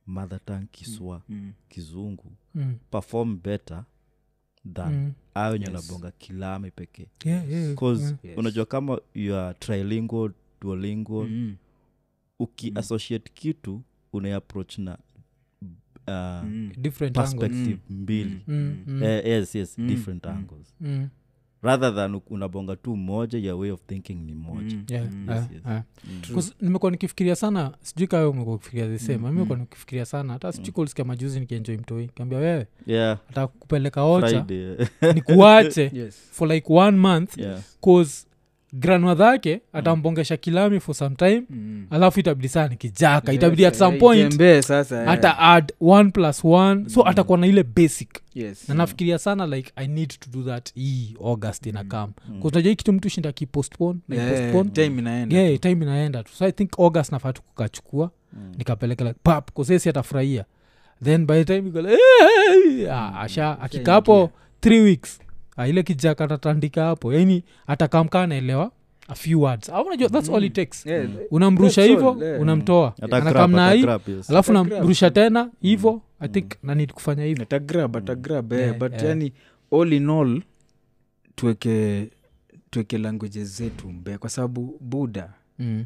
Speaker 3: mother tongue kiswa
Speaker 2: Mm.
Speaker 3: kizungu
Speaker 1: Mm.
Speaker 3: perform better than mm.
Speaker 1: Mm.
Speaker 3: ayo wenye
Speaker 2: Yes.
Speaker 3: wanabonga kilame pekee
Speaker 1: Yeah, yeah,
Speaker 3: cause
Speaker 1: yeah.
Speaker 2: Yes.
Speaker 3: unajua kama you are trilingual duolingual
Speaker 2: Mm.
Speaker 3: ukiassociate kitu unaiapproach na uh,
Speaker 2: Mm.
Speaker 1: different angle.
Speaker 3: perspective mbili
Speaker 1: Mm. Mm.
Speaker 3: Eh, yes yes
Speaker 2: Mm.
Speaker 3: different
Speaker 2: Mm.
Speaker 3: angles
Speaker 1: Mm.
Speaker 3: rather than u- unabonga tu moja your way of thinking ni moja
Speaker 2: Mm.
Speaker 1: Yeah,
Speaker 2: Mm.
Speaker 1: yeah,
Speaker 3: yes.
Speaker 1: yeah.
Speaker 3: Mm.
Speaker 1: 'Cause nimekuwa nikifikiria sana sijui kawe umekuwa ukifikiria the same
Speaker 2: Mm,
Speaker 1: mm, nimekuwa nikifikiria sana hata
Speaker 3: Mm.
Speaker 1: sijui kama ulisikia majuzi nikienjoi mtoi kaambia wewe
Speaker 3: yeah
Speaker 1: hata kupeleka ocha
Speaker 3: Friday
Speaker 1: (laughs)
Speaker 3: (laughs)
Speaker 1: nikuache
Speaker 2: Yes.
Speaker 1: for like one month
Speaker 3: yeah Mm.
Speaker 1: cause grandmother yake atambongesha kilami for some time
Speaker 2: Mm.
Speaker 1: alafu itabidi saa nikijaka itabidi
Speaker 2: Yes,
Speaker 1: at some
Speaker 2: eh,
Speaker 1: point
Speaker 2: itembee sasa, eh.
Speaker 1: ata add one plus one
Speaker 3: Mm.
Speaker 1: so atakuwa na ile basic
Speaker 2: Yes.
Speaker 1: na nafikiria sana like i need to do that hii august inakam
Speaker 3: Mm.
Speaker 1: kutajua kitu mtu shinda kipostpone
Speaker 2: Eh,
Speaker 1: naipostpone
Speaker 2: time inaenda
Speaker 1: yeah, time inaenda tu so i think august nafaa tu kukachukua
Speaker 3: Mm.
Speaker 1: nikapeleka like pap kosesi atafurahia then by the time you go like, "Eh!" Ah, asha akikaa hapo three weeks ah, ile kijaka atatandika hapo Yaani, yani atakamkaa anaelewa a few words Ah, unajua that's all it takes
Speaker 2: Yeah,
Speaker 1: unamrusha
Speaker 2: that's all,
Speaker 1: hivo
Speaker 2: yeah.
Speaker 1: unamtoa
Speaker 3: Ata grab,
Speaker 1: anakamna
Speaker 3: ata
Speaker 1: hii
Speaker 3: grab, yes.
Speaker 1: alafu
Speaker 2: Ata grab.
Speaker 1: namrusha tena hivo i think nanid kufanya hivo
Speaker 2: atagrab atagrab eh,
Speaker 1: Mm. Yeah,
Speaker 2: but
Speaker 1: yeah.
Speaker 2: yani all in all tuweke tuweke languages zetu mbe kwa sababu buda
Speaker 1: mm.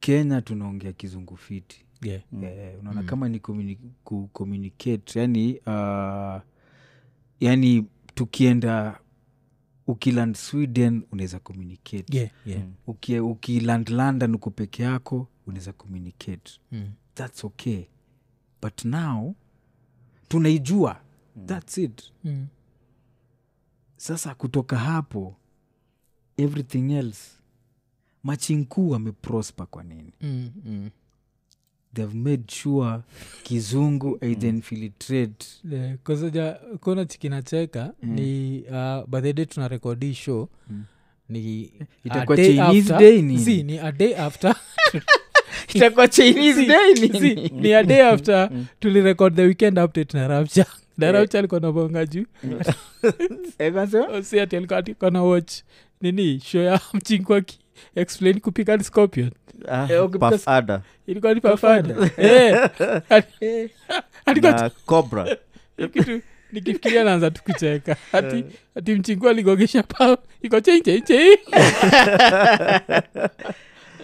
Speaker 2: kenya tunaongea kizungu fiti
Speaker 1: yeah.
Speaker 3: Mm.
Speaker 2: eh, unaona
Speaker 1: Mm.
Speaker 2: kama ni communi- ku- communicate yani uh, yani tukienda ukiland sweden unaweza communicate
Speaker 1: Yeah, yeah.
Speaker 3: Mm.
Speaker 2: Ukie- ukiland london uko peke yako unaweza communicate
Speaker 1: Mm.
Speaker 2: that's okay but now tunaijua thats it
Speaker 1: mm.
Speaker 2: sasa kutoka hapo everything else machinkuu ameprosper kwa nini
Speaker 1: Mm. Mm.
Speaker 2: they've made sure kizungu aidenfiltrate
Speaker 1: Yeah, 'cause ja- kona chikinacheka mm. ni uh, by the day tuna rekodi show mm. ni
Speaker 2: Itakuwa Chinese day nini?
Speaker 1: si, ni a day after
Speaker 2: (laughs) itakuwa
Speaker 1: si,
Speaker 2: chinese Mm.
Speaker 1: si, ni a day after tulirekod the weekend update na rapcha na
Speaker 2: Eh.
Speaker 1: rapcha alikuwa na bonga juu Eh, Oh, si ati alikuwa ati kona watch nini show ya (laughs) mchinkwaki explain kupika ni scorpion
Speaker 3: Ah,
Speaker 2: Eh, ukipika
Speaker 1: (laughs)
Speaker 3: Puff Adder
Speaker 1: ilikuwa ni pafada
Speaker 2: (laughs)
Speaker 1: Eh, ali- alikuwa
Speaker 3: na cobra
Speaker 1: hiyo kitu nikifikiria naanza tukucheka
Speaker 2: Eh.
Speaker 1: ati, ati mchingua ligogesha pa iko
Speaker 2: (laughs)
Speaker 1: chenchenche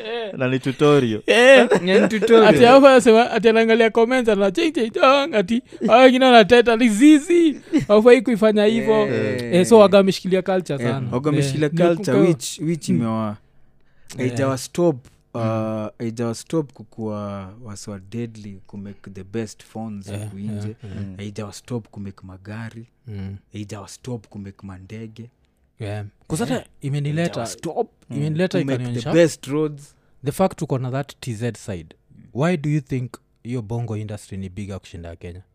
Speaker 2: Eh.
Speaker 3: na ni tutorial
Speaker 1: Eh. ati hapo anasema ati anaangalia comments ana chenchenchong ati hao wengine wanateta lizizi aufai kuifanya hivo
Speaker 2: Eh.
Speaker 1: eh, so waga wameshikilia culture sana
Speaker 2: wagameshila
Speaker 1: Eh, Hmm. ni Eh.
Speaker 2: culture
Speaker 1: kuka-
Speaker 2: which which imewa aijawa stop uh,
Speaker 1: Hmm.
Speaker 2: aijawa stop kukuwa waswa deadly kumake the best phones
Speaker 1: Yeah,
Speaker 2: huku nje
Speaker 1: yeah,
Speaker 3: Mm.
Speaker 2: aijawa stop kumake magari
Speaker 1: eh, Mm,
Speaker 2: aijawa stop kumake mandege Eh.
Speaker 1: yeah. 'Cause hata imenileta
Speaker 2: Aijawa stop
Speaker 1: imenileta
Speaker 2: kumake Mm. Hmm. the
Speaker 1: ikanionyesha
Speaker 2: best roads
Speaker 1: the fact tuko na that tz side why do you think hiyo bongo industry ni bigger kushinda ya kenya